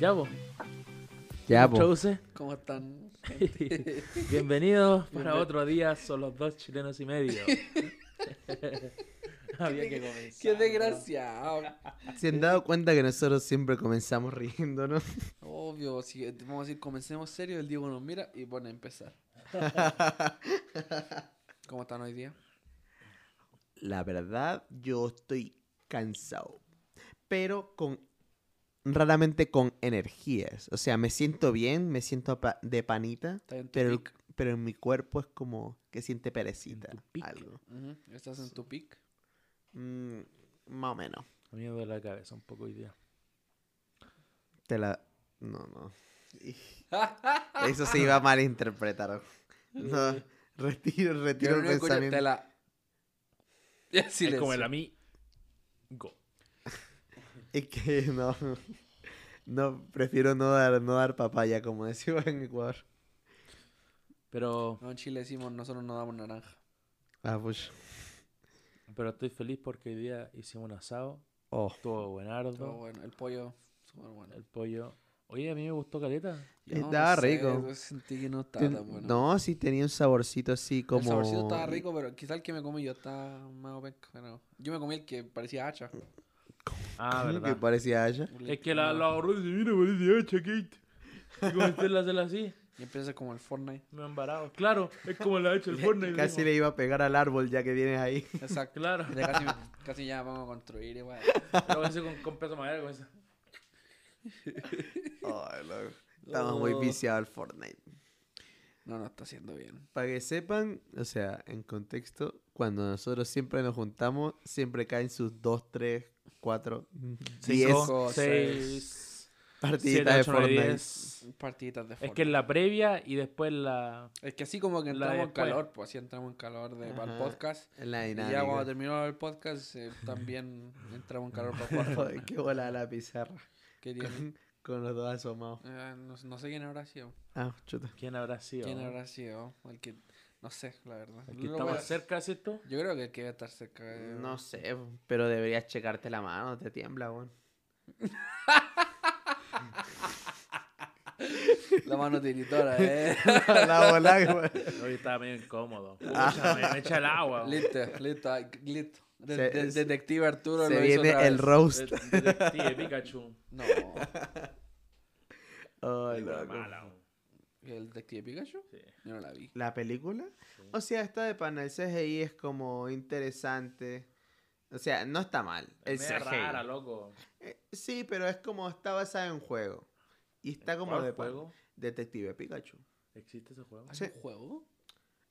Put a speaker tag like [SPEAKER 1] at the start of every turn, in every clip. [SPEAKER 1] Ya, vos.
[SPEAKER 2] Ya, po.
[SPEAKER 1] Introduce.
[SPEAKER 3] ¿Cómo están?
[SPEAKER 1] Bienvenidos para
[SPEAKER 3] Bienven-
[SPEAKER 1] otro día, son los dos chilenos y medio. Había que comenzar.
[SPEAKER 3] Qué desgraciado.
[SPEAKER 2] Se han dado cuenta que nosotros siempre comenzamos riendo, ¿no?
[SPEAKER 3] Obvio, si vamos a decir comencemos serio, el Diego nos mira y pone a empezar. ¿Cómo están hoy día?
[SPEAKER 2] La verdad, yo estoy cansado. Pero con. Raramente con energías. O sea, me siento bien, me siento pa- de panita.
[SPEAKER 3] ¿Estás en tu
[SPEAKER 2] Pero,
[SPEAKER 3] pic?
[SPEAKER 2] pero en mi cuerpo es como que siente perecita.
[SPEAKER 1] En tu pic.
[SPEAKER 2] Algo.
[SPEAKER 3] Ujú, ¿Estás en tu pic?
[SPEAKER 2] Mm, más o menos.
[SPEAKER 1] A mí me duele la cabeza un poco hoy día.
[SPEAKER 2] Te la. No, no. Eso se iba a malinterpretar. No, retiro, retiro
[SPEAKER 3] Yo
[SPEAKER 2] el
[SPEAKER 3] no escucho-
[SPEAKER 2] pensamiento.
[SPEAKER 3] te la... Ya,
[SPEAKER 1] Es como el
[SPEAKER 3] silencio.
[SPEAKER 1] amigo.
[SPEAKER 2] Es que no. No, prefiero no dar, no dar papaya, como decimos en Ecuador.
[SPEAKER 1] Pero,
[SPEAKER 3] No, en Chile decimos, nosotros no damos naranja.
[SPEAKER 2] Ah, pues.
[SPEAKER 1] pero estoy feliz porque hoy día hicimos un asado.
[SPEAKER 2] Oh.
[SPEAKER 1] Estuvo
[SPEAKER 3] Todo
[SPEAKER 1] buenardo.
[SPEAKER 3] bueno, el pollo, súper
[SPEAKER 2] Eh,
[SPEAKER 3] bueno.
[SPEAKER 1] El pollo. Oye, a mí me gustó caleta.
[SPEAKER 3] Yo no
[SPEAKER 2] Estaba
[SPEAKER 3] sé,
[SPEAKER 2] rico.
[SPEAKER 3] yo sentí que no estaba
[SPEAKER 2] Ten-
[SPEAKER 3] tan bueno.
[SPEAKER 2] No, sí tenía un saborcito así como.
[SPEAKER 3] El saborcito estaba rico, pero quizá el que me comí yo estaba más penca. pero Yo me comí el que parecía hacha.
[SPEAKER 1] Ah,
[SPEAKER 2] ¿Qué
[SPEAKER 1] verdad.
[SPEAKER 2] parecía allá?
[SPEAKER 1] Es que la, la horror dice, mira, parece hacha, Kate. Y comencé a hacerla así,
[SPEAKER 3] Y empieza como el Fortnite.
[SPEAKER 1] me han varado. Claro, es como la hacha el Fortnite.
[SPEAKER 2] Casi
[SPEAKER 1] digo.
[SPEAKER 2] le iba a pegar al árbol ya que vienes ahí.
[SPEAKER 3] Exacto.
[SPEAKER 1] Claro.
[SPEAKER 3] Ya casi, casi ya vamos a construir igual.
[SPEAKER 1] Lo voy a hacer con, con peso madera, con esa.
[SPEAKER 2] Ay, loco. Estaba muy
[SPEAKER 3] Oh.
[SPEAKER 2] viciado al Fortnite.
[SPEAKER 3] No, no está haciendo bien.
[SPEAKER 2] Para que sepan, o sea, en contexto, cuando nosotros siempre nos juntamos, siempre caen sus 2, 3, 4, 10
[SPEAKER 1] Cinco, seis, siete,
[SPEAKER 2] partiditas de
[SPEAKER 1] ocho, nueve,
[SPEAKER 2] Fortnite.
[SPEAKER 1] diez.
[SPEAKER 3] Partiditas de
[SPEAKER 1] Es
[SPEAKER 3] Fortnite.
[SPEAKER 1] que en la previa y después en la...
[SPEAKER 3] Es que así como que
[SPEAKER 1] la
[SPEAKER 3] entramos en
[SPEAKER 1] después.
[SPEAKER 3] calor, pues así entramos en calor de, para el
[SPEAKER 2] Ajá.
[SPEAKER 3] podcast.
[SPEAKER 2] En la
[SPEAKER 3] Y
[SPEAKER 2] dinámica.
[SPEAKER 3] ya cuando terminó el podcast, eh, también entramos en calor para jugar.
[SPEAKER 2] Ay, Qué bola la pizarra.
[SPEAKER 3] ¿Qué día?
[SPEAKER 2] Con, con los dos asomados.
[SPEAKER 3] Eh, no, no sé quién habrá sido.
[SPEAKER 2] Ah, chuta.
[SPEAKER 1] ¿Quién habrá sido?
[SPEAKER 3] ¿Quién habrá sido? El que. No sé, la verdad.
[SPEAKER 1] El
[SPEAKER 3] No
[SPEAKER 1] que
[SPEAKER 3] lo
[SPEAKER 1] está
[SPEAKER 3] voy a-
[SPEAKER 1] más cerca, ¿cierto?
[SPEAKER 3] Yo creo que el que va a estar cerca. eh. de-
[SPEAKER 2] No sé, pero deberías checarte la mano, te tiembla, weón.
[SPEAKER 3] La mano tiritora, eh.
[SPEAKER 2] la bola, weón.
[SPEAKER 1] Hoy estaba medio incómodo. Pucha,
[SPEAKER 2] Ah.
[SPEAKER 1] me, me echa el agua. bo.
[SPEAKER 3] listo, listo, ay, listo. De-
[SPEAKER 2] Se-
[SPEAKER 3] de-
[SPEAKER 2] se-
[SPEAKER 3] detective Arturo
[SPEAKER 2] Se
[SPEAKER 3] lo hizo
[SPEAKER 2] viene
[SPEAKER 3] otra
[SPEAKER 2] el
[SPEAKER 3] vez.
[SPEAKER 2] roast.
[SPEAKER 1] De- Detective Pikachu.
[SPEAKER 3] No,
[SPEAKER 2] Ay,
[SPEAKER 1] Película
[SPEAKER 2] loco.
[SPEAKER 1] mala, bo.
[SPEAKER 3] el detective Pikachu.
[SPEAKER 1] Sí.
[SPEAKER 3] Yo no la vi.
[SPEAKER 2] ¿La película? O sea, esta de pana, el CGI es como interesante. O sea, no está mal. El
[SPEAKER 1] Es media
[SPEAKER 2] CGI.
[SPEAKER 1] rara, loco.
[SPEAKER 2] Eh, sí, pero es como está basada en un juego. Y está como
[SPEAKER 1] ¿Cuál
[SPEAKER 2] de pana.
[SPEAKER 1] juego?
[SPEAKER 2] Detective Pikachu.
[SPEAKER 1] ¿Existe ese juego?
[SPEAKER 3] ¿Hay
[SPEAKER 2] Sí.
[SPEAKER 3] un juego?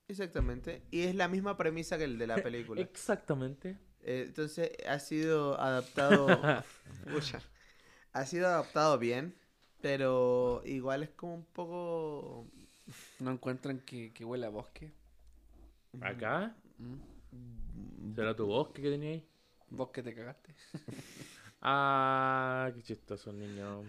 [SPEAKER 2] Exactamente. Y es la misma premisa que el de la película.
[SPEAKER 1] Exactamente.
[SPEAKER 2] Eh, Entonces ha sido adaptado. Pucha. ha sido adaptado bien, pero igual es como un poco.
[SPEAKER 3] ¿No encuentran que, que huele a bosque?
[SPEAKER 1] ¿Acá?
[SPEAKER 3] ¿Mm?
[SPEAKER 2] mm,
[SPEAKER 1] ¿Será tu bosque que tenía ahí?
[SPEAKER 3] ¿Bosque te cagaste?
[SPEAKER 1] Ah, qué chistoso el niño.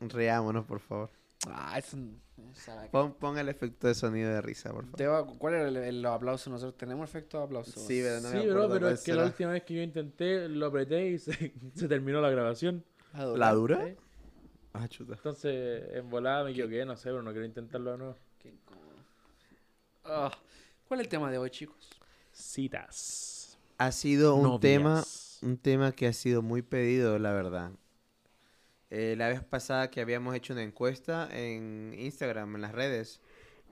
[SPEAKER 2] Reámonos, por favor.
[SPEAKER 3] Ah, es un... un saca.
[SPEAKER 2] Pon, pon el efecto de sonido de risa, por favor.
[SPEAKER 3] Teo, ¿Cuál era el, el aplauso? Nosotros tenemos efecto de aplauso.
[SPEAKER 2] Sí, pero no me
[SPEAKER 1] sí, bro,
[SPEAKER 2] acuerdo
[SPEAKER 1] pero
[SPEAKER 2] cuál
[SPEAKER 1] es que la
[SPEAKER 2] será.
[SPEAKER 1] última vez que yo intenté, lo apreté y se, se terminó la grabación.
[SPEAKER 2] ¿La dura?
[SPEAKER 1] ¿eh?
[SPEAKER 2] Ah, chuta.
[SPEAKER 1] Entonces, en volada me equivoqué, no sé, pero no quiero intentarlo de nuevo.
[SPEAKER 3] Qué incómodo. Ah, ¿Cuál es el tema de hoy, chicos?
[SPEAKER 1] Citas.
[SPEAKER 2] Ha sido un
[SPEAKER 1] Novias.
[SPEAKER 2] tema. Un tema que ha sido muy pedido, la verdad. Eh, la vez pasada que habíamos hecho una encuesta en Instagram, en las redes.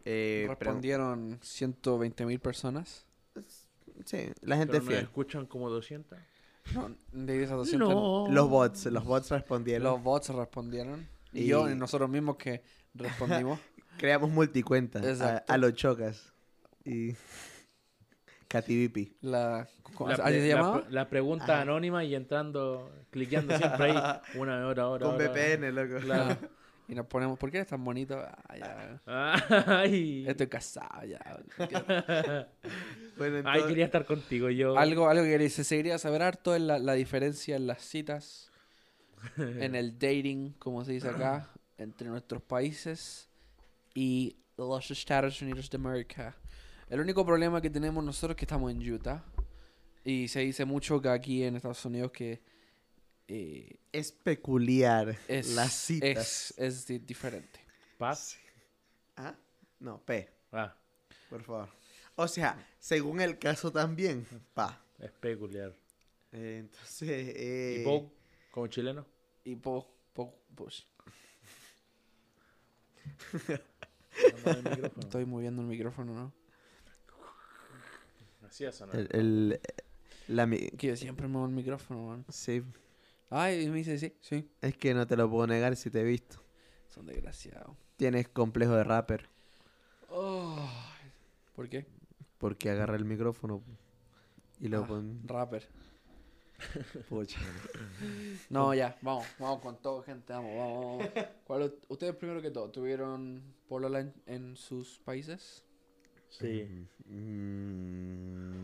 [SPEAKER 2] eh, pregun-
[SPEAKER 3] Respondieron 120 mil personas.
[SPEAKER 2] Sí, la
[SPEAKER 1] Pero
[SPEAKER 2] gente
[SPEAKER 1] nos
[SPEAKER 2] fiel.
[SPEAKER 1] escuchan como 200.
[SPEAKER 3] No, de esas 200
[SPEAKER 1] No.
[SPEAKER 2] Los bots, los bots respondieron.
[SPEAKER 3] Los bots respondieron. Y,
[SPEAKER 2] Y-
[SPEAKER 3] yo, y nosotros mismos que respondimos.
[SPEAKER 2] Creamos multicuentas a,
[SPEAKER 3] Exacto.
[SPEAKER 2] a los chocas. Y. Cativipi.
[SPEAKER 3] la, ¿cómo-
[SPEAKER 1] La,
[SPEAKER 3] ¿Así
[SPEAKER 1] pre-
[SPEAKER 3] se
[SPEAKER 1] la
[SPEAKER 3] llamaba?
[SPEAKER 1] pre- la pregunta anónima y entrando, cliqueando siempre ahí. Una hora, hora.
[SPEAKER 2] Con
[SPEAKER 1] hora.
[SPEAKER 2] VPN, loco.
[SPEAKER 1] Claro.
[SPEAKER 3] Y nos ponemos, ¿por qué eres tan bonito? Ah, ya.
[SPEAKER 1] Ay.
[SPEAKER 2] Este
[SPEAKER 3] Estoy casado ya.
[SPEAKER 2] Bueno,
[SPEAKER 1] Ay,
[SPEAKER 2] entonces-
[SPEAKER 1] quería estar contigo yo.
[SPEAKER 3] algo, algo que se seguiría saber harto es la, la diferencia en las citas, en el dating, como se dice acá, entre nuestros países y los Estados Unidos de América. El único problema que tenemos nosotros es que estamos en Utah. Y se dice mucho que aquí en Estados Unidos que eh,
[SPEAKER 2] Es peculiar
[SPEAKER 3] es,
[SPEAKER 2] las citas.
[SPEAKER 3] es, es di- diferente.
[SPEAKER 1] Paz.
[SPEAKER 2] ¿Ah? No, P,
[SPEAKER 1] Ah,
[SPEAKER 2] por favor. O sea, según el caso también, pa.
[SPEAKER 1] es peculiar.
[SPEAKER 2] Eh, entonces, eh,
[SPEAKER 1] ¿Y Pou? Como chileno.
[SPEAKER 3] Y po, po, pues,
[SPEAKER 1] Dándole el micrófono.
[SPEAKER 3] estoy moviendo el micrófono, ¿no?
[SPEAKER 1] Así es, ¿no?
[SPEAKER 2] el- el- la mi-
[SPEAKER 3] Que yo siempre muevo el micrófono, man.
[SPEAKER 2] sí,
[SPEAKER 3] Ay, y me dice, sí, sí.
[SPEAKER 2] es que no te lo puedo negar si te he visto.
[SPEAKER 3] Son desgraciados.
[SPEAKER 2] Tienes complejo de rapper
[SPEAKER 3] Oh, ¿Por qué?
[SPEAKER 2] porque agarra el micrófono y lo
[SPEAKER 3] Ah,
[SPEAKER 2] pon-
[SPEAKER 3] Rapper.
[SPEAKER 2] Pucha.
[SPEAKER 3] No, ya, vamos, vamos con todo, gente, vamos, vamos, vamos. ¿Cuál ut- ustedes primero que todo, ¿tuvieron polola en, en sus países?
[SPEAKER 1] Sí.
[SPEAKER 2] Mm,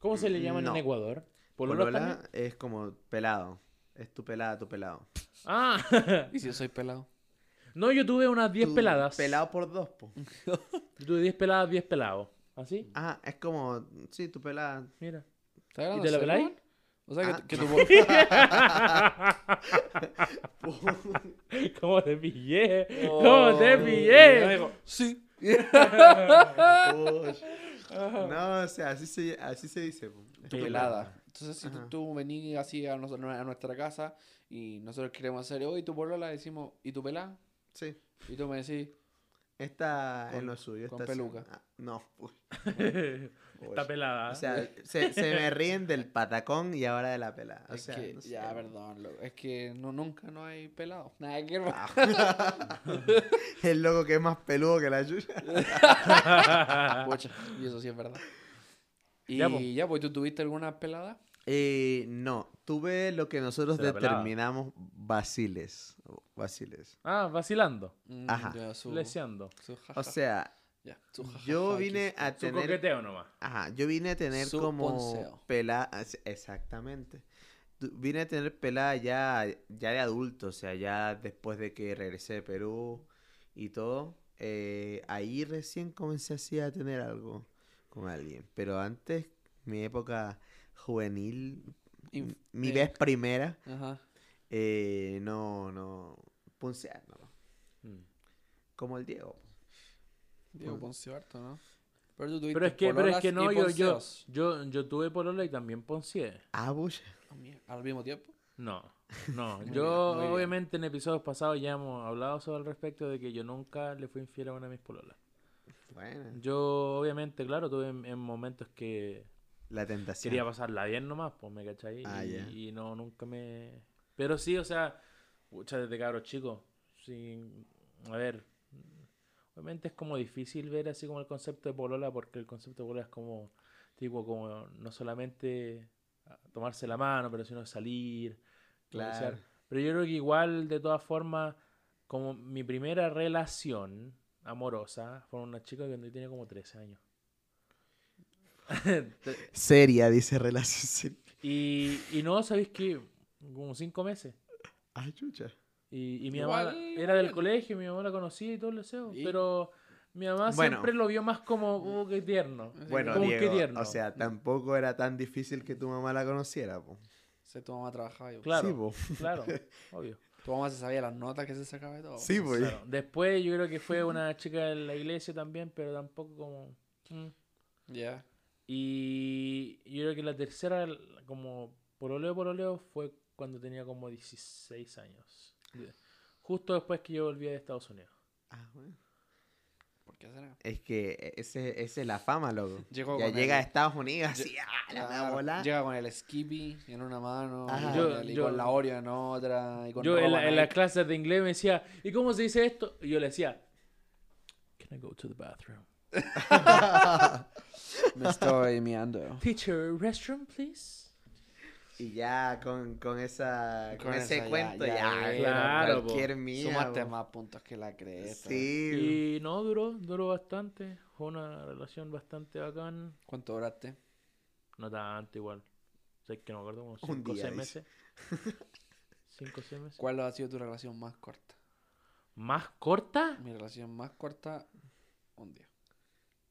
[SPEAKER 1] ¿Cómo se le llaman
[SPEAKER 2] No.
[SPEAKER 1] en Ecuador? ¿Polola
[SPEAKER 2] Polola
[SPEAKER 1] también?
[SPEAKER 2] es como pelado. Es tu pelada, tu pelado.
[SPEAKER 1] Ah,
[SPEAKER 3] Y si yo soy pelado.
[SPEAKER 1] no, yo tuve unas 10
[SPEAKER 2] Tu
[SPEAKER 1] peladas.
[SPEAKER 2] Pelado por dos, po.
[SPEAKER 1] Yo tuve 10 peladas, 10 pelados. ¿Así?
[SPEAKER 2] Ah, es como, sí, tu pelada.
[SPEAKER 1] Mira.
[SPEAKER 3] ¿Estás hablando
[SPEAKER 1] te la
[SPEAKER 3] serio,
[SPEAKER 1] peláis?
[SPEAKER 3] man? O sea, que,
[SPEAKER 2] Ah,
[SPEAKER 3] que
[SPEAKER 2] no.
[SPEAKER 3] tu
[SPEAKER 1] ¿Cómo te pillé?
[SPEAKER 3] po-
[SPEAKER 1] ¿Cómo te
[SPEAKER 3] Y me
[SPEAKER 1] pillé?
[SPEAKER 3] dijo, Sí.
[SPEAKER 2] Uy. no, o sea, así se, así se dice. po. Es
[SPEAKER 3] Tu
[SPEAKER 1] Pelada.
[SPEAKER 3] pelada. Entonces, si tú,
[SPEAKER 2] Ajá.
[SPEAKER 3] tú venís así a, nos- a nuestra casa y nosotros queremos hacer, hoy tu polola, decimos, ¿y tu pelada?
[SPEAKER 2] Sí.
[SPEAKER 3] Y tú me decís,
[SPEAKER 2] Está
[SPEAKER 3] Con-
[SPEAKER 2] en lo suyo.
[SPEAKER 3] con
[SPEAKER 2] está así.
[SPEAKER 3] peluca.
[SPEAKER 2] Ah, no. uy,
[SPEAKER 1] Está
[SPEAKER 3] Pues,
[SPEAKER 2] uy.
[SPEAKER 1] pelada. ¿eh?
[SPEAKER 2] O sea, se, se me ríen del patacón y ahora de la pelada. O
[SPEAKER 3] es
[SPEAKER 2] sea,
[SPEAKER 3] que,
[SPEAKER 2] no sé.
[SPEAKER 3] ya, perdón, loco, es que no, nunca no hay pelado. Nada que
[SPEAKER 2] Ah,
[SPEAKER 3] ver.
[SPEAKER 2] El loco que es más peludo que la yuya.
[SPEAKER 3] Pucha, y eso sí es verdad. Y
[SPEAKER 1] Ya, po.
[SPEAKER 3] ya, pues, ¿tú tuviste alguna pelada?
[SPEAKER 2] Eh, no, tuve lo que nosotros
[SPEAKER 1] De la pelada.
[SPEAKER 2] determinamos vaciles. Vaciles.
[SPEAKER 1] ah, vacilando.
[SPEAKER 3] Mm,
[SPEAKER 2] Ajá.
[SPEAKER 3] ya, su-
[SPEAKER 1] Leseando.
[SPEAKER 3] su jaja,
[SPEAKER 2] O sea,
[SPEAKER 3] ya, su jajaja
[SPEAKER 2] yo
[SPEAKER 3] aquí.
[SPEAKER 2] vine a
[SPEAKER 1] Su
[SPEAKER 2] tener
[SPEAKER 1] coqueteo nomás.
[SPEAKER 2] Ajá, yo vine a tener
[SPEAKER 3] Su
[SPEAKER 2] como
[SPEAKER 3] ponceo.
[SPEAKER 2] pelada, exactamente. Tu- Vine a tener pelada ya, ya de adulto, o sea, ya después de que regresé de Perú y todo. eh, ahí recién comencé así a tener algo con alguien. Pero antes, mi época juvenil,
[SPEAKER 3] Inf-
[SPEAKER 2] mi
[SPEAKER 3] eh,
[SPEAKER 2] vez primera,
[SPEAKER 3] Ajá.
[SPEAKER 2] eh, no, no, puncear, no.
[SPEAKER 1] Mm.
[SPEAKER 2] Como el Diego.
[SPEAKER 3] Diego
[SPEAKER 2] Pon-
[SPEAKER 3] Poncio harto, ¿no? Pero tú tuviste
[SPEAKER 1] Pero es que, pero es
[SPEAKER 3] pololas
[SPEAKER 1] que no,
[SPEAKER 3] y
[SPEAKER 1] yo, yo,
[SPEAKER 3] ponceos.
[SPEAKER 1] yo, yo tuve polola y también poncié.
[SPEAKER 2] Ah, bulla.
[SPEAKER 3] Ah, mierda, Al mismo tiempo.
[SPEAKER 1] No, no.
[SPEAKER 3] Muy bien,
[SPEAKER 1] yo,
[SPEAKER 3] muy bien.
[SPEAKER 1] obviamente, en episodios pasados ya hemos hablado sobre el respecto de que yo nunca le fui infiel a una de mis pololas.
[SPEAKER 2] Bueno,
[SPEAKER 1] Yo, obviamente, claro, tuve en, en momentos que
[SPEAKER 2] la tentación.
[SPEAKER 1] quería pasarla bien nomás, pues me cachai.
[SPEAKER 2] Ah,
[SPEAKER 1] y,
[SPEAKER 2] ya.
[SPEAKER 1] y no, nunca me. Pero sí, o sea, pucha, desde cabro chico. Sí, a ver. Obviamente es como difícil ver así como el concepto de polola, porque el concepto de polola es como, tipo, como no solamente ah, tomarse la mano, pero sino salir, conversar.
[SPEAKER 2] Claro.
[SPEAKER 1] Pero yo creo que igual, de todas formas, como mi primera relación amorosa fue una chica que tenía como 13 años.
[SPEAKER 2] Seria, dice relación seria.
[SPEAKER 1] Y, y no, ¿sabéis qué? Como cinco meses.
[SPEAKER 2] Ah, chucha.
[SPEAKER 1] Y, y mi mamá
[SPEAKER 3] Igual,
[SPEAKER 1] era del
[SPEAKER 3] bien.
[SPEAKER 1] colegio, mi mamá la conocía y todo el deseo.
[SPEAKER 3] Y-
[SPEAKER 1] Pero mi mamá
[SPEAKER 2] Bueno.
[SPEAKER 1] siempre lo vio más como, uh, qué tierno.
[SPEAKER 3] Así
[SPEAKER 2] Bueno,
[SPEAKER 1] como
[SPEAKER 3] que
[SPEAKER 1] que
[SPEAKER 2] Diego,
[SPEAKER 1] tierno.
[SPEAKER 2] o sea, tampoco era tan difícil que tu mamá la conociera, po.
[SPEAKER 3] Se tu mamá trabajaba. yo.
[SPEAKER 1] Claro.
[SPEAKER 2] Sí, po.
[SPEAKER 1] Claro, obvio.
[SPEAKER 3] Tu mamá se sabía las notas que se sacaba de todo.
[SPEAKER 2] Sí, po.
[SPEAKER 1] Claro. Después yo creo que fue una chica de la iglesia también, pero tampoco como... mm.
[SPEAKER 3] Ya.
[SPEAKER 1] Y yo creo que la tercera, como pololeo, pololeo, fue cuando tenía como 16 años. De- Justo después que yo volví de Estados Unidos.
[SPEAKER 2] Ah, bueno.
[SPEAKER 3] ¿Por qué será?
[SPEAKER 2] Es que ese, esa es la fama, loco.
[SPEAKER 3] Llegó
[SPEAKER 2] ya
[SPEAKER 3] con
[SPEAKER 2] llega a
[SPEAKER 3] el-
[SPEAKER 2] Estados Unidos así, ah, la
[SPEAKER 3] Claro,
[SPEAKER 2] voy a volar.
[SPEAKER 3] Llega con el Skippy en una mano
[SPEAKER 2] Ajá.
[SPEAKER 3] y,
[SPEAKER 1] Yo-
[SPEAKER 3] con el- y
[SPEAKER 1] yo-
[SPEAKER 3] con la Oreo en otra. Y con
[SPEAKER 1] Yo
[SPEAKER 3] ropa
[SPEAKER 1] en, la- en
[SPEAKER 3] Nike.
[SPEAKER 1] las clases de inglés me decía, ¿y cómo se dice esto? Y yo le decía, Can I go to the bathroom?
[SPEAKER 3] Me estoy meando.
[SPEAKER 1] Teacher, restroom, please.
[SPEAKER 2] Y ya con, con esa con,
[SPEAKER 3] Con
[SPEAKER 2] ese
[SPEAKER 3] esa ya-
[SPEAKER 2] cuento
[SPEAKER 3] ya
[SPEAKER 2] ya,
[SPEAKER 1] era,
[SPEAKER 2] era
[SPEAKER 1] po.
[SPEAKER 2] cualquier mía.
[SPEAKER 3] Sumaste
[SPEAKER 2] po.
[SPEAKER 3] más puntos que la cresta.
[SPEAKER 2] Sí.
[SPEAKER 1] Y no, duró, duró bastante. Fue una relación bastante bacán.
[SPEAKER 3] ¿Cuánto duraste?
[SPEAKER 1] No tanto igual. Sé que no me acuerdo, como
[SPEAKER 2] Un
[SPEAKER 1] 5 o
[SPEAKER 2] día,
[SPEAKER 1] 6
[SPEAKER 2] dice.
[SPEAKER 1] meses. 5 o 6 meses.
[SPEAKER 3] ¿Cuál ha sido tu relación más corta?
[SPEAKER 1] ¿Más corta?
[SPEAKER 3] Mi relación más corta, un día.